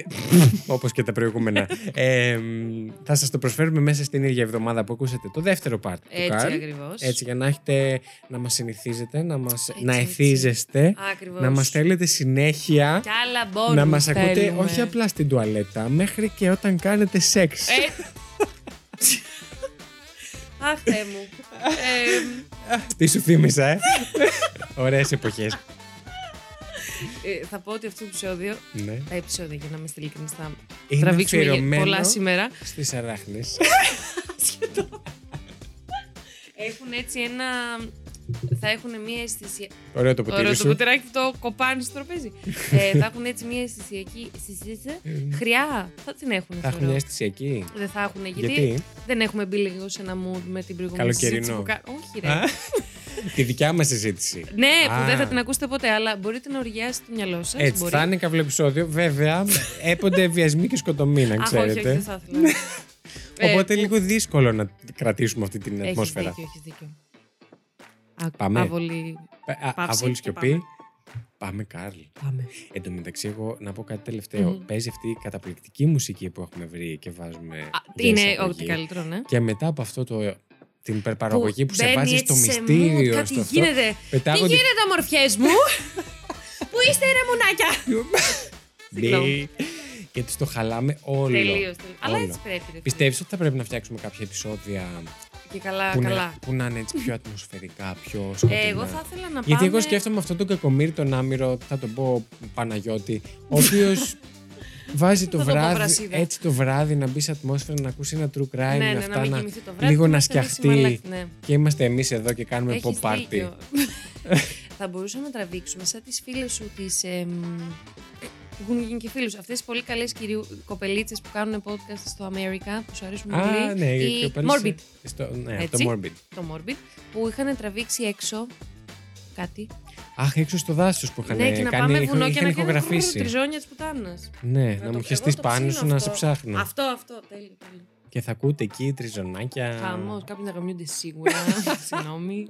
όπως και τα προηγούμενα. Ε, μ, θα σας το προσφέρουμε μέσα στην ίδια εβδομάδα που ακούσατε το δεύτερο part του Έτσι Καρλ. ακριβώς. Έτσι για να έχετε να μας συνηθίζετε, να, μας, Έτσι, να έτσι. εθίζεστε, Ακριβώς. να μας θέλετε συνέχεια, Κι άλλα bonus να μας ακούτε θέλουμε. όχι απλά στην τουαλέτα, μέχρι και όταν κάνετε σεξ. Ε. Αχ, Θεέ μου. Ε, Τι σου θύμισα, ε. Ωραίες εποχές. ε, θα πω ότι αυτό το επεισόδιο, ναι. τα επεισόδια για να είμαστε ειλικρινείς, θα Είναι τραβήξουμε για- αφιερωμένο πολλά σήμερα. στις αράχνες. Έχουν έτσι ένα θα έχουν μια αισθησία. Ωραίο το Τώρα ποτήρι το σου. κουτυράκι το κοπάνει στο τραπέζι. ε, θα έχουν έτσι μια αισθησιακή. αισθησία- Χρειά θα την έχουν. Θα έχουν θεωρώ. μια αίσθηση εκεί. Δεν θα έχουν, γιατί, Γιατί δεν έχουμε μπει λίγο σε ένα mood με την προηγούμενη Καλοκαιρινό. συζήτηση που κα- Όχι, ρε. Α, τη δικιά μας συζήτηση. Ναι, Α. που δεν θα την ακούσετε ποτέ, αλλά μπορείτε να οργιάσει το μυαλό σας. Έτσι, θα είναι καύλο επεισόδιο. Βέβαια, έπονται βιασμοί και σκοτωμοί, να Αχ, όχι, όχι, δεν ξέρετε. θα ήθελα. Ε, Οπότε που- λίγο δύσκολο να κρατήσουμε αυτή την Έχεις ατμόσφαιρα. δίκιο, έχεις δίκιο. Α, Πάμε. Αβολή. Ε, Α, Παύση Αβόλη και σιωπή. Πάμε, Κάρλ. Πάμε. Εν τω μεταξύ, εγώ να πω κάτι τελευταίο. Μμμ. Παίζει αυτή η καταπληκτική μουσική που έχουμε βρει και βάζουμε. Α, για είναι εισαγωγή. ό,τι καλύτερο, ναι. Και μετά από αυτό το, την υπερπαραγωγή που, σε μπαίνει βάζει έτσι στο σε mood, μυστήριο, Κάτι στο αυτό. γίνεται. Τι Πετάγονται. γίνεται, ομορφιές μου. Πού είστε, ρε μουνάκια. Συγγνώμη. Ναι. Και τη το χαλάμε όλο. Τελείως. Αλλά έτσι πρέπει. ρε. Πιστεύεις ότι θα πρέπει να φτιάξουμε κάποια επεισόδια Και καλά, που, καλά. Να, που να είναι έτσι πιο ατμοσφαιρικά, πιο σκοτεινά. Ε, εγώ θα ήθελα να Γιατί εγώ πάμε- σκέφτομαι αυτόν τον κακομύρι τον Άμυρο, θα τον πω Παναγιώτη, ο οποίος βάζει το Θα το πω βράδυ, Βρασίδα. έτσι το βράδυ να μπει σε ατμόσφαιρα, να ακούσει ένα true crime, Ναι, ναι, αυτά, να μην να- κοιμηθεί το βράδυ. λίγο να είμαστε εμείς οι σκιαχτεί. μαλάκες, ναι. Και είμαστε εμείς εδώ και κάνουμε pop Έχεις party. δίκιο. θα μπορούσαμε να τραβήξουμε σαν τις φίλες σου τις... εμ, έχουν γίνει και φίλους. Αυτές τις πολύ καλές κυρίου, κοπελίτσες που κάνουν podcast στο America που σου αρέσουν Α, πολύ. ναι, οι και πάλι σε- Morbid, Στο, ναι, το Έτσι. Morbid. το Morbid, που είχαν τραβήξει έξω κάτι. Αχ, έξω στο δάσος που είχαν ναι, και να κάνει, πάμε είχαν- βουνό και είχαν να κάνουμε ηχογραφήσει. τριζόνια της πουτάνας. Ναι, να, το- μου εγώ χεστεί το πάνω ψήνω σου να αυτό. σε ψάχνω. Αυτό, αυτό, τέλειο, τέλειο. Και θα ακούτε εκεί τριζωνάκια. Χαμός, κάποιοι να γαμιούνται σίγουρα, συγγνώμη.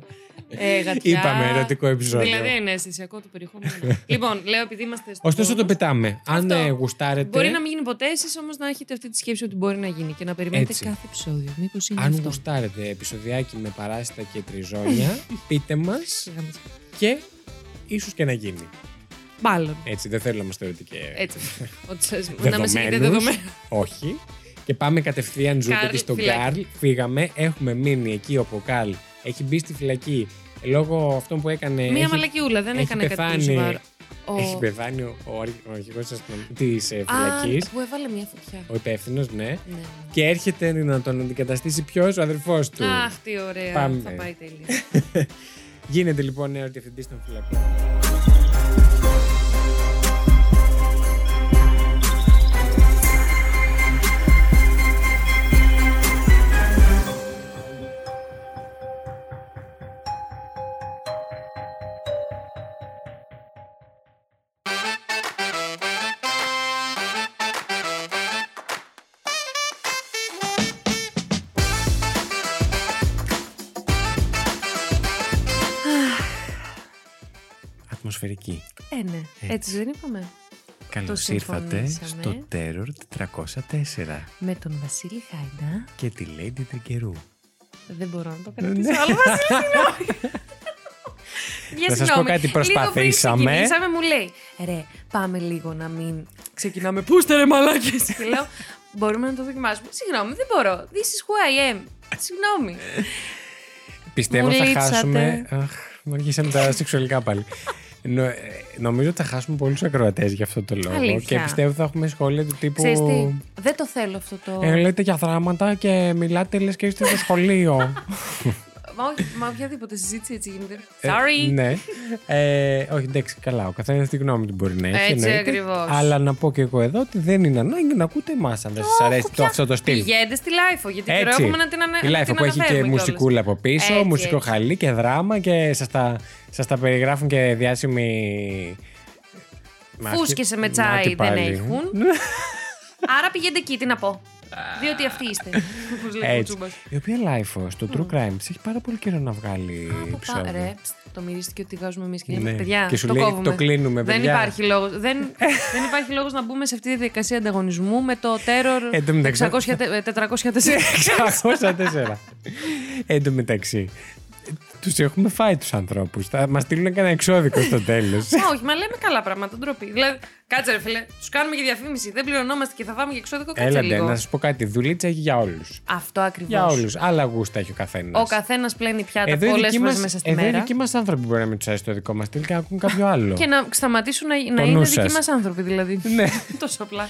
Ε, γατιά. Είπαμε ερωτικό επεισόδιο. Δηλαδή είναι αισθησιακό το περιεχόμενο. λοιπόν, λέω επειδή είμαστε στο. Ωστόσο το πετάμε. Αν Αυτό. ε, γουστάρετε. Μπορεί να μην γίνει ποτέ, εσείς όμως να έχετε αυτή τη σκέψη ότι μπορεί να γίνει και να περιμένετε Έτσι. κάθε επεισόδιο. Μήπως είναι Αν αυτό. γουστάρετε επεισοδιάκι με παράσιτα και τριζόνια, πείτε μας και ίσως και να γίνει. Μάλλον. Έτσι, δεν θέλω να είμαστε θεωρητικοί. Έτσι. ότι σας, να με συγκείτε Δεδομένους. δεδομένα. Όχι. Και πάμε κατευθείαν ζούπετη Καρλ, στον φυλάκι. Καρλ. Φύγαμε, έχουμε μείνει εκεί όπου ο Καρλ έχει μπει στη φυλακή λόγω αυτών που έκανε. Μία έχει- μαλακιούλα, δεν έχει έκανε κάτι πεθάνει. πολύ σοβαρό. Ο- Έχει πεθάνει ο, ο, αρχ- ο αρχηγός της Α, φυλακής. που έβαλε μια φωτιά. ε, Ο υπεύθυνος, ναι. Ναι. Και έρχεται να τον αντικαταστήσει ποιος, ο αδερφός του. Αχ, τι ωραία. Πάμε. Θα πάει τέλεια. Γίνεται λοιπόν νέο διευθυντή των φυλακών. Ατμοσφαιρική. ε, ναι. Έτσι δεν είπαμε. Καλώς ήρθατε συμφωνήσαμε. στο Terror 404 Με τον Βασίλη Χάιντα. και τη Lady Τρικερού. Δεν μπορώ να το Ναι. κρατήσω άλλο, Βασίλη, συγγνώμη. Να σας πω κάτι, προσπαθήσαμε. Λίγο πριν ξεκινήσαμε, μου λέει, ρε, πάμε λίγο να μην ξεκινάμε. Πού είστε ρε μαλάκες. Και λέω, μπορούμε να το δοκιμάσουμε. Συγγνώμη, δεν μπορώ. This is who I am. Συγγνώμη. Πιστεύω Μου θα λείψατε. χάσουμε. Αχ, μου αρχίσαμε τα σεξουαλικά πάλι. Νο- ε, νομίζω ότι θα χάσουμε πολλούς ακροατές για αυτό το λόγο. Αλήθεια. Και πιστεύω θα έχουμε σχόλια του τύπου. Ξέρεις τι, δεν το θέλω αυτό το... Ε, λέτε για δράματα και μιλάτε λες και είστε στο σχολείο. Μα, όχι- μα οποιαδήποτε συζήτηση έτσι γίνεται. Ε, Sorry. ναι. Ε, όχι, εντάξει, καλά. Ο καθένας τη γνώμη του μπορεί να έχει. Έτσι εννοείται. ακριβώς. Αλλά να πω και εγώ εδώ ότι δεν είναι ανάγκη να ακούτε εμάς αν δεν σας αρέσει το, πια. αυτό το στυλ. Πηγαίνετε στη Λάιφο, γιατί καιρό Έτσι. έχουμε να την, ανα... Η να Life την που έχει και αναφέρουμε κιόλας. μουσικούλα από πίσω, Έτσι, μουσικό έτσι. χαλί και δράμα και σας τα, σας τα περιγράφουν και διάσημοι. Φούσκες Μάχη- με τσάι Να τι δεν πάλι. Ναι, έχουν. Άρα πηγαίνετε εκεί, τι να πω. Διότι αυτοί είστε. Όπως λέει ο Έτσι. Τσούμπας. Η οποία Life στο True Crime της έχει πάρα πολύ καιρό να βγάλει Πού πά- επεισόδιο. Ρε, ψ, το μυρίστηκε ότι βγάζουμε εμείς και λέμε Ναι. παιδιά. Και σου το λέει, κόβουμε. «Το κλείνουμε, Δεν παιδιά». υπάρχει λόγος. Δεν, δεν υπάρχει λόγος να μπούμε σε αυτή τη διαδικασία ανταγωνισμού με το τέρορ Ε, εν τω μεταξύ- 404. 604. Εν τω μεταξύ, τους έχουμε φάει τους ανθρώπους. Θα μας στείλουν κανένα εξώδικο στο τέλος. Μα Όχι, μα λέμε καλά πράγματα. Ντροπή. Δηλαδή, κάτσε ρε φίλε, τους κάνουμε και διαφήμιση. Δεν πληρωνόμαστε και θα πάμε και εξώδικο. Κάτσε Έλατε, λίγο. να σας πω κάτι. Δουλίτσα έχει για όλους. Αυτό ακριβώς. Για όλους. Άλλα γούστα έχει ο καθένας. Ο καθένας πλένει πιάτα Εδώ οι πολλές δικοί φορές μας- ε, μέσα στη εδώ οι μέρα. δικοί μας άνθρωποι μπορεί να μην τους αρέσει το δικό μας στυλ και να ακούν κάποιο άλλο. Και να σταματήσουν να, να Το είναι νου δικοί σας. μας άνθρωποι, δηλαδή. Ναι. Τόσο απλά.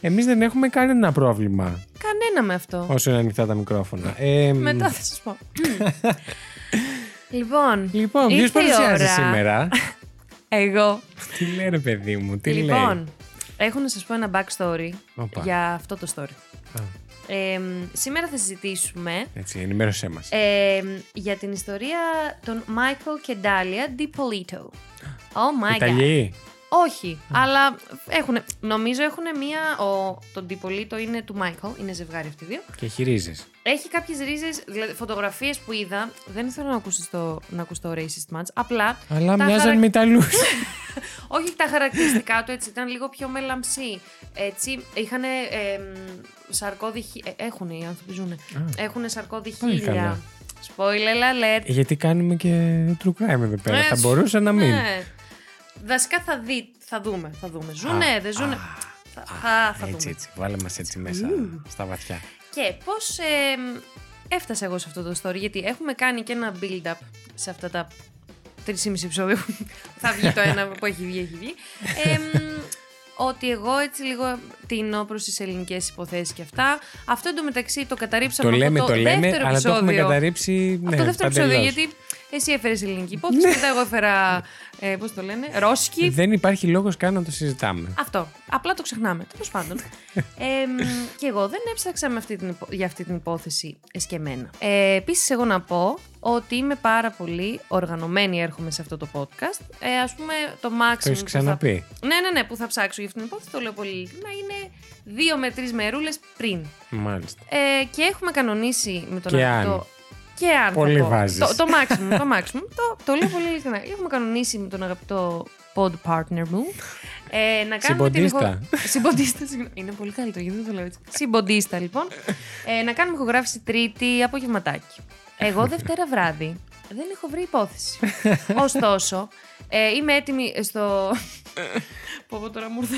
Εμείς δεν έχουμε κανένα πρόβλημα Κανένα με αυτό. όσο είναι ανοιχτά τα μικρόφωνα. Ε, Μετά θα σας πω. Λοιπόν, Λοιπόν, ποιο Ήρθε η παρουσιάζει ώρα. σήμερα. εγώ. τι λέει ρε παιδί μου, τι λοιπόν, λέει. έχω να σας πω ένα backstory Οπα. για αυτό το story. Α, Ε, σήμερα θα συζητήσουμε έτσι, ενημέρωσέ μας. ε, για την ιστορία των Michael και Dahlia DiPolito. Oh my god. Ιταλοί. Όχι, αλλά έχουν, νομίζω έχουν μία. Ο, τον Τιπολίτο είναι του Μάικλ, είναι ζευγάρι αυτοί οι δύο. Και χειρίζεις. Έχει κάποιες ρίζες, δηλαδή φωτογραφίες που είδα. Δεν θέλω να ακούσεις το, να ακούς το racist match. Απλά. Αλλά τα μοιάζαν χαρακ- με Ιταλού. Όχι τα χαρακτηριστικά του έτσι, ήταν λίγο πιο μελαμψή. Έτσι, είχαν σαρκώδη. χι- ε, Έχουν οι άνθρωποι ζουνε. Έχουν σαρκώδη Πολύ καλά. χίλια. Spoiler alert. Γιατί κάνουμε και true crime εδώ πέρα. Ε, θα σ- μπορούσε να μην. Ναι. Βασικά θα, δει, θα δούμε. Θα δούμε. Ζουνε, Α, δεν ζουνε. α, Θα, θα, θα έτσι, δούμε. έτσι. Βάλε μας έτσι μέσα στα βαθιά. Και πώς ε, έφτασα εγώ σε αυτό το story, γιατί έχουμε κάνει και ένα build-up σε αυτά τα 3,5 επεισόδια που θα βγει το ένα που έχει βγει, έχει βγει. Ε, μ, ότι εγώ έτσι λίγο τεινώ προς τις ελληνικές υποθέσεις και αυτά. Αυτό εντωμεταξύ το Το καταρρύψαμε από λέμε, το, το λέμε, δεύτερο αλλά το επεισόδιο. έχουμε καταρρύψει. από Ναι, το δεύτερο επεισόδιο, παντελώς. Ναι. γιατί εσύ έφερες ελληνική υπόθεση και μετά εγώ έφερα. Ε, Πώς το λένε, Ρώσικη. Δεν υπάρχει λόγος καν να το συζητάμε. Αυτό. Απλά το ξεχνάμε. Τέλος πάντων. ε, και εγώ δεν έψαξα με αυτή την, υπο- για αυτή την υπόθεση εσκεμένα. Ε, Επίσης, εγώ να πω ότι είμαι πάρα πολύ οργανωμένη, έρχομαι σε αυτό το podcast. Ε, Ας πούμε, το maximum. Το έχεις που ξαναπεί. Θα... Ναι, ναι, ναι, που θα ψάξω για αυτή την υπόθεση, το λέω πολύ ειλικρινά, είναι δύο με τρεις μερούλες πριν. Μάλιστα. Ε, και έχουμε κανονίσει με τον Και αυτό- αν. Και αν. θα Πολύ πω. βάζεις. Το, το maximum, το maximum. το, το λέω πολύ ειλικρινά. Έχουμε κανονίσει με τον αγαπητό pod partner μου. Ε, να κάνουμε την Συμποντίστα. ηχο- Συμποντίστα, συγγνώμη. Είναι πολύ καλύτερο, γιατί δεν το λέω έτσι. Συμποντίστα, λοιπόν. Ε, να κάνουμε ηχογράφηση Τρίτη απογευματάκι. Εγώ Δευτέρα βράδυ δεν έχω βρει υπόθεση. Ωστόσο, ε, είμαι έτοιμη στο. πω, πω τώρα μου ήρθε.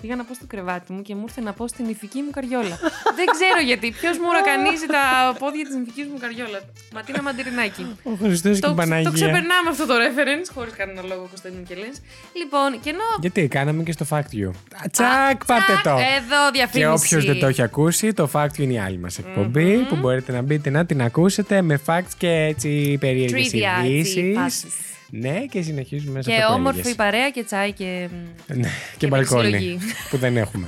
Πήγα να πω στο κρεβάτι μου και μου ήρθε να πω στην ηθική μου καριόλα. δεν ξέρω γιατί. Ποιος μου ρακανίζει τα πόδια της ηθικής μου καριόλα. Ματίνα Μαντιρινάκη. Ο Χριστός και η Το, το Παναγία. ξεπερνάμε αυτό το reference, χωρίς κανένα λόγο Κωνσταντίνου και Ελένης. Λοιπόν, και ενώ. Γιατί κάναμε και στο Fact You. Α, Τσακ, πάρτε Τσακ, το. Εδώ Και διαφήμιση. όποιος δεν το έχει ακούσει, το Fact You είναι η άλλη μας εκπομπη που μπορείτε να μπείτε να την ακούσετε με facts και έτσι περίεργε Trivia, έτσι, ειδήσει. φάσεις. Ναι, και συνεχίζουμε μέσα Και από το όμορφη έλεγες. παρέα και τσάι και. μ, Ναι, και με μπαλκόνι συλλογή. που δεν έχουμε.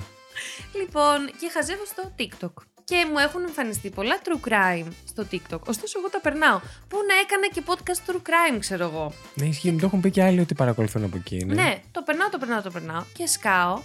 Λοιπόν, και χαζεύω στο TikTok. Και μου έχουν εμφανιστεί πολλά true crime στο TikTok. Ωστόσο, εγώ τα περνάω. Πού να έκανα και podcast true crime, ξέρω εγώ. Ναι, ισχύει, μου το έχουν πει και άλλοι ότι παρακολουθούν από εκεί. ναι. Ναι, το περνάω, το περνάω, το περνάω. Και σκάω.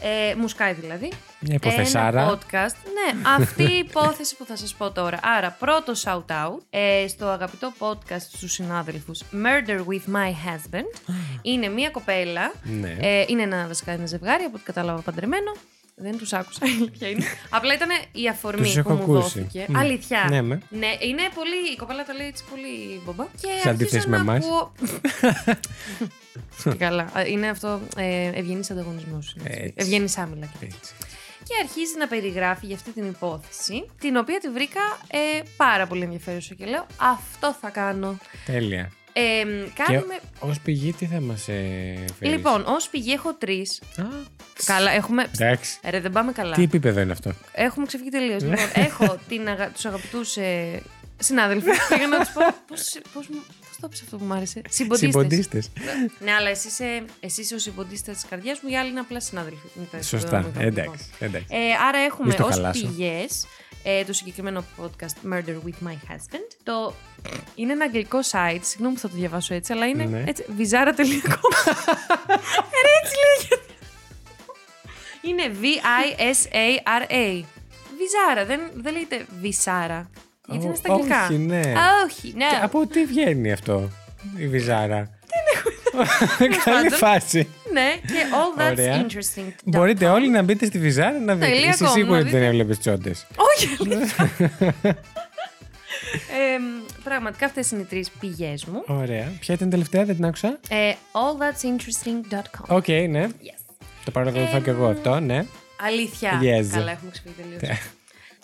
Ε, μου σκάει δηλαδή. Μια υποθεσάρα. Ένα podcast. Ναι, αυτή η υπόθεση που θα σας πω τώρα. Άρα, πρώτο shout out ε, στο αγαπητό podcast στους συνάδελφους Murder with My Husband. Είναι μία κοπέλα. Ναι. Ε, είναι ένα βασικά ένα ζευγάρι, από ό,τι κατάλαβα παντρεμένο. Δεν τους άκουσα η αλήθεια είναι. Απλά ήταν η αφορμή Τους που έχω μου ακούσει. δόθηκε. Ναι. Αλήθεια. Ναι, με. Ναι, είναι πολύ. Η κοπέλα τα λέει έτσι πολύ μπομπά. Και Σε αντίθεση με αρχίζω να εμάς. ακούω- Και καλά. Ε, Είναι αυτό ε, ευγενής ανταγωνισμός. Έτσι. Ευγενής άμυλα. Και Έτσι. και αρχίζει να περιγράφει για αυτή την υπόθεση, την οποία τη βρήκα ε, πάρα πολύ ενδιαφέρουσα και λέω αυτό θα κάνω. Τέλεια. Ε, κάνουμε... Ως πηγή, τι θα μας ε, φέρεις? Λοιπόν, ως πηγή έχω τρεις. Α, Καλά, έχουμε... Εντάξει. Ρε, δεν πάμε καλά. Τι Ναι. επίπεδο είναι αυτό. Έχουμε ξεφύγει τελείως. λοιπόν, έχω την αγα... τους αγαπητούς ε, συνάδελφους. Πήγα να τους πω. Πώς το έπεισε αυτό που μου άρεσε. Συμποντίστες. Συμποντίστες. ναι, αλλά εσύ είσαι, εσύ είσαι ο συμποντίστας της καρδιάς μου, οι άλλοι είναι απλά συνάδελφοι. Μην τα- Σωστά. μην τα- λοιπόν. Εντάξει. εντάξει. Ε, άρα έχουμε Μη στο ως χαλάσω. πηγές ε, το συγκεκριμένο podcast Murder with My Husband. Το... Είναι ένα αγγλικό site, συγγνώμη που θα το διαβάσω έτσι, αλλά είναι Ναι. έτσι, vizara.com. Ε, Ρε, έτσι λέγεται. Είναι V-I-S-A-R-A. Βυζάρα, δεν, δεν λέγεται βυσάρα. Γιατί είναι στα Ω, αγγλικά. Όχι, ναι. Α, όχι, ναι. Και Από τι βγαίνει αυτό η βυζάρα. Δεν έχω Καλή πάντων. φάση. Ναι, και all that's Ωραία. interesting. Μπορείτε όλοι να μπείτε στη βυζάρα να δείτε. Τελεία Είσαι com, σίγουρη να ότι δεν έβλεπες τσόντες. Όχι, αλήθεια. ε, πραγματικά αυτές είναι οι τρεις πηγές μου. Ωραία. Ποια ήταν η τελευταία, δεν την άκουσα. Ε, allthat'sinteresting.com. Οκ, ναι. Yes. Το παρακολουθώ και εγώ αυτό, ναι. Αλήθεια. Yes. Ναι. Καλά, έχουμε ξεφύγει τελείως.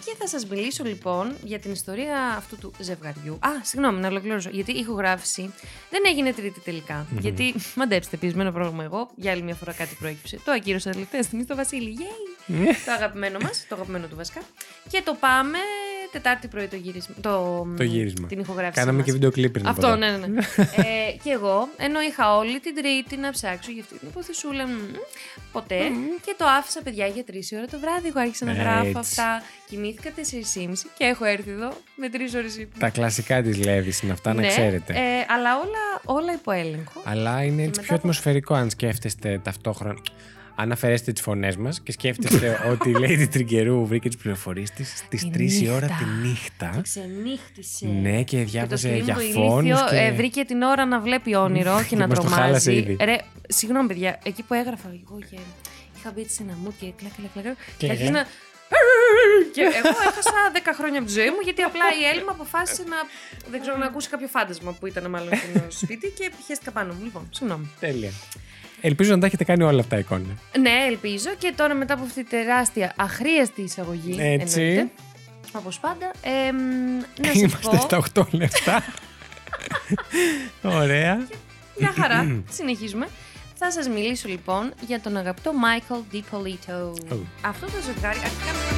Και θα σας μιλήσω λοιπόν για την ιστορία αυτού του ζευγαριού. Α, συγγνώμη, να ολοκληρώσω. Γιατί η ηχογράφηση δεν έγινε τρίτη τελικά. Γιατί, μαντέψτε, πιεσμένο πρόγραμμα εγώ, για άλλη μια φορά κάτι προέκυψε. Το ακύρωσα Ναι. τελευταία στιγμή στο Βασίλη. Yay! το αγαπημένο μας, το αγαπημένο του βασικά. Και το πάμε Τετάρτη πρωί το γύρισμα. Το, Το γύρισμα. Ναι, Την ηχογράφηση. Κάναμε μας. και βίντεο κλίπ πριν. από Αυτό, εδώ. ναι, ναι. ναι. ε, και εγώ, ενώ είχα όλη την Τρίτη να ψάξω για αυτή την υποθεσούλα, μμμ, ποτέ. Και το άφησα, παιδιά, για τρεις ώρα το βράδυ. Εγώ άρχισα να γράφω Ναι, Έτσι. αυτά. Κοιμήθηκα 4.30 και έχω έρθει εδώ με τρεις ώρες ύπνο. Τα κλασικά της Λέβης είναι αυτά, να Ναι, ξέρετε. Ε, αλλά όλα, όλα υπό έλεγχο. Αλλά είναι έτσι μετά πιο από- ατμοσφαιρικό αν σκέφτεστε ταυτόχρονα. Αν αφαιρέσετε τις φωνές μας και σκέφτεστε ότι η Lady Τριγκερού βρήκε τις πληροφορίες της στις 3 Τη η ώρα νύχτα. τη νύχτα. Ξενύχτησε. Ναι, και Και το διάβαζε σκυλί για μου το φόνους. ηλίθιο, ε, βρήκε την ώρα να βλέπει όνειρο και να μας το χάλασε τρομάζει. ήδη. Ρε, συγγνώμη, παιδιά, εκεί που έγραφα εγώ και είχα μπει έτσι σε ένα μου και κλακ, κλακ, κλακ. Και Κλακ, αρχίζει κλακ. να. Και εγώ έχασα 10 χρόνια από τη ζωή μου γιατί απλά η Έλλημα αποφάσισε να. Δεν ξέρω, να ακούσει κάποιο φάντασμα που ήταν μάλλον στο σπίτι και χαίστηκα πάνω μου. Λοιπόν, συγγνώμη. Τέλεια. Ελπίζω να τα έχετε κάνει όλα αυτά εικόνα. Ναι, ελπίζω και τώρα μετά από αυτή τη τεράστια αχρίαστη εισαγωγή. Έτσι. εννοείται, Όπως πάντα. εμ, να σας Είμαστε πω, στα 8 λεπτά. Ωραία. Μια χαρά. Συνεχίζουμε. Θα σας μιλήσω λοιπόν για τον αγαπητό Michael DiPolito. Oh. Αυτό το ζευγάρι αρχικά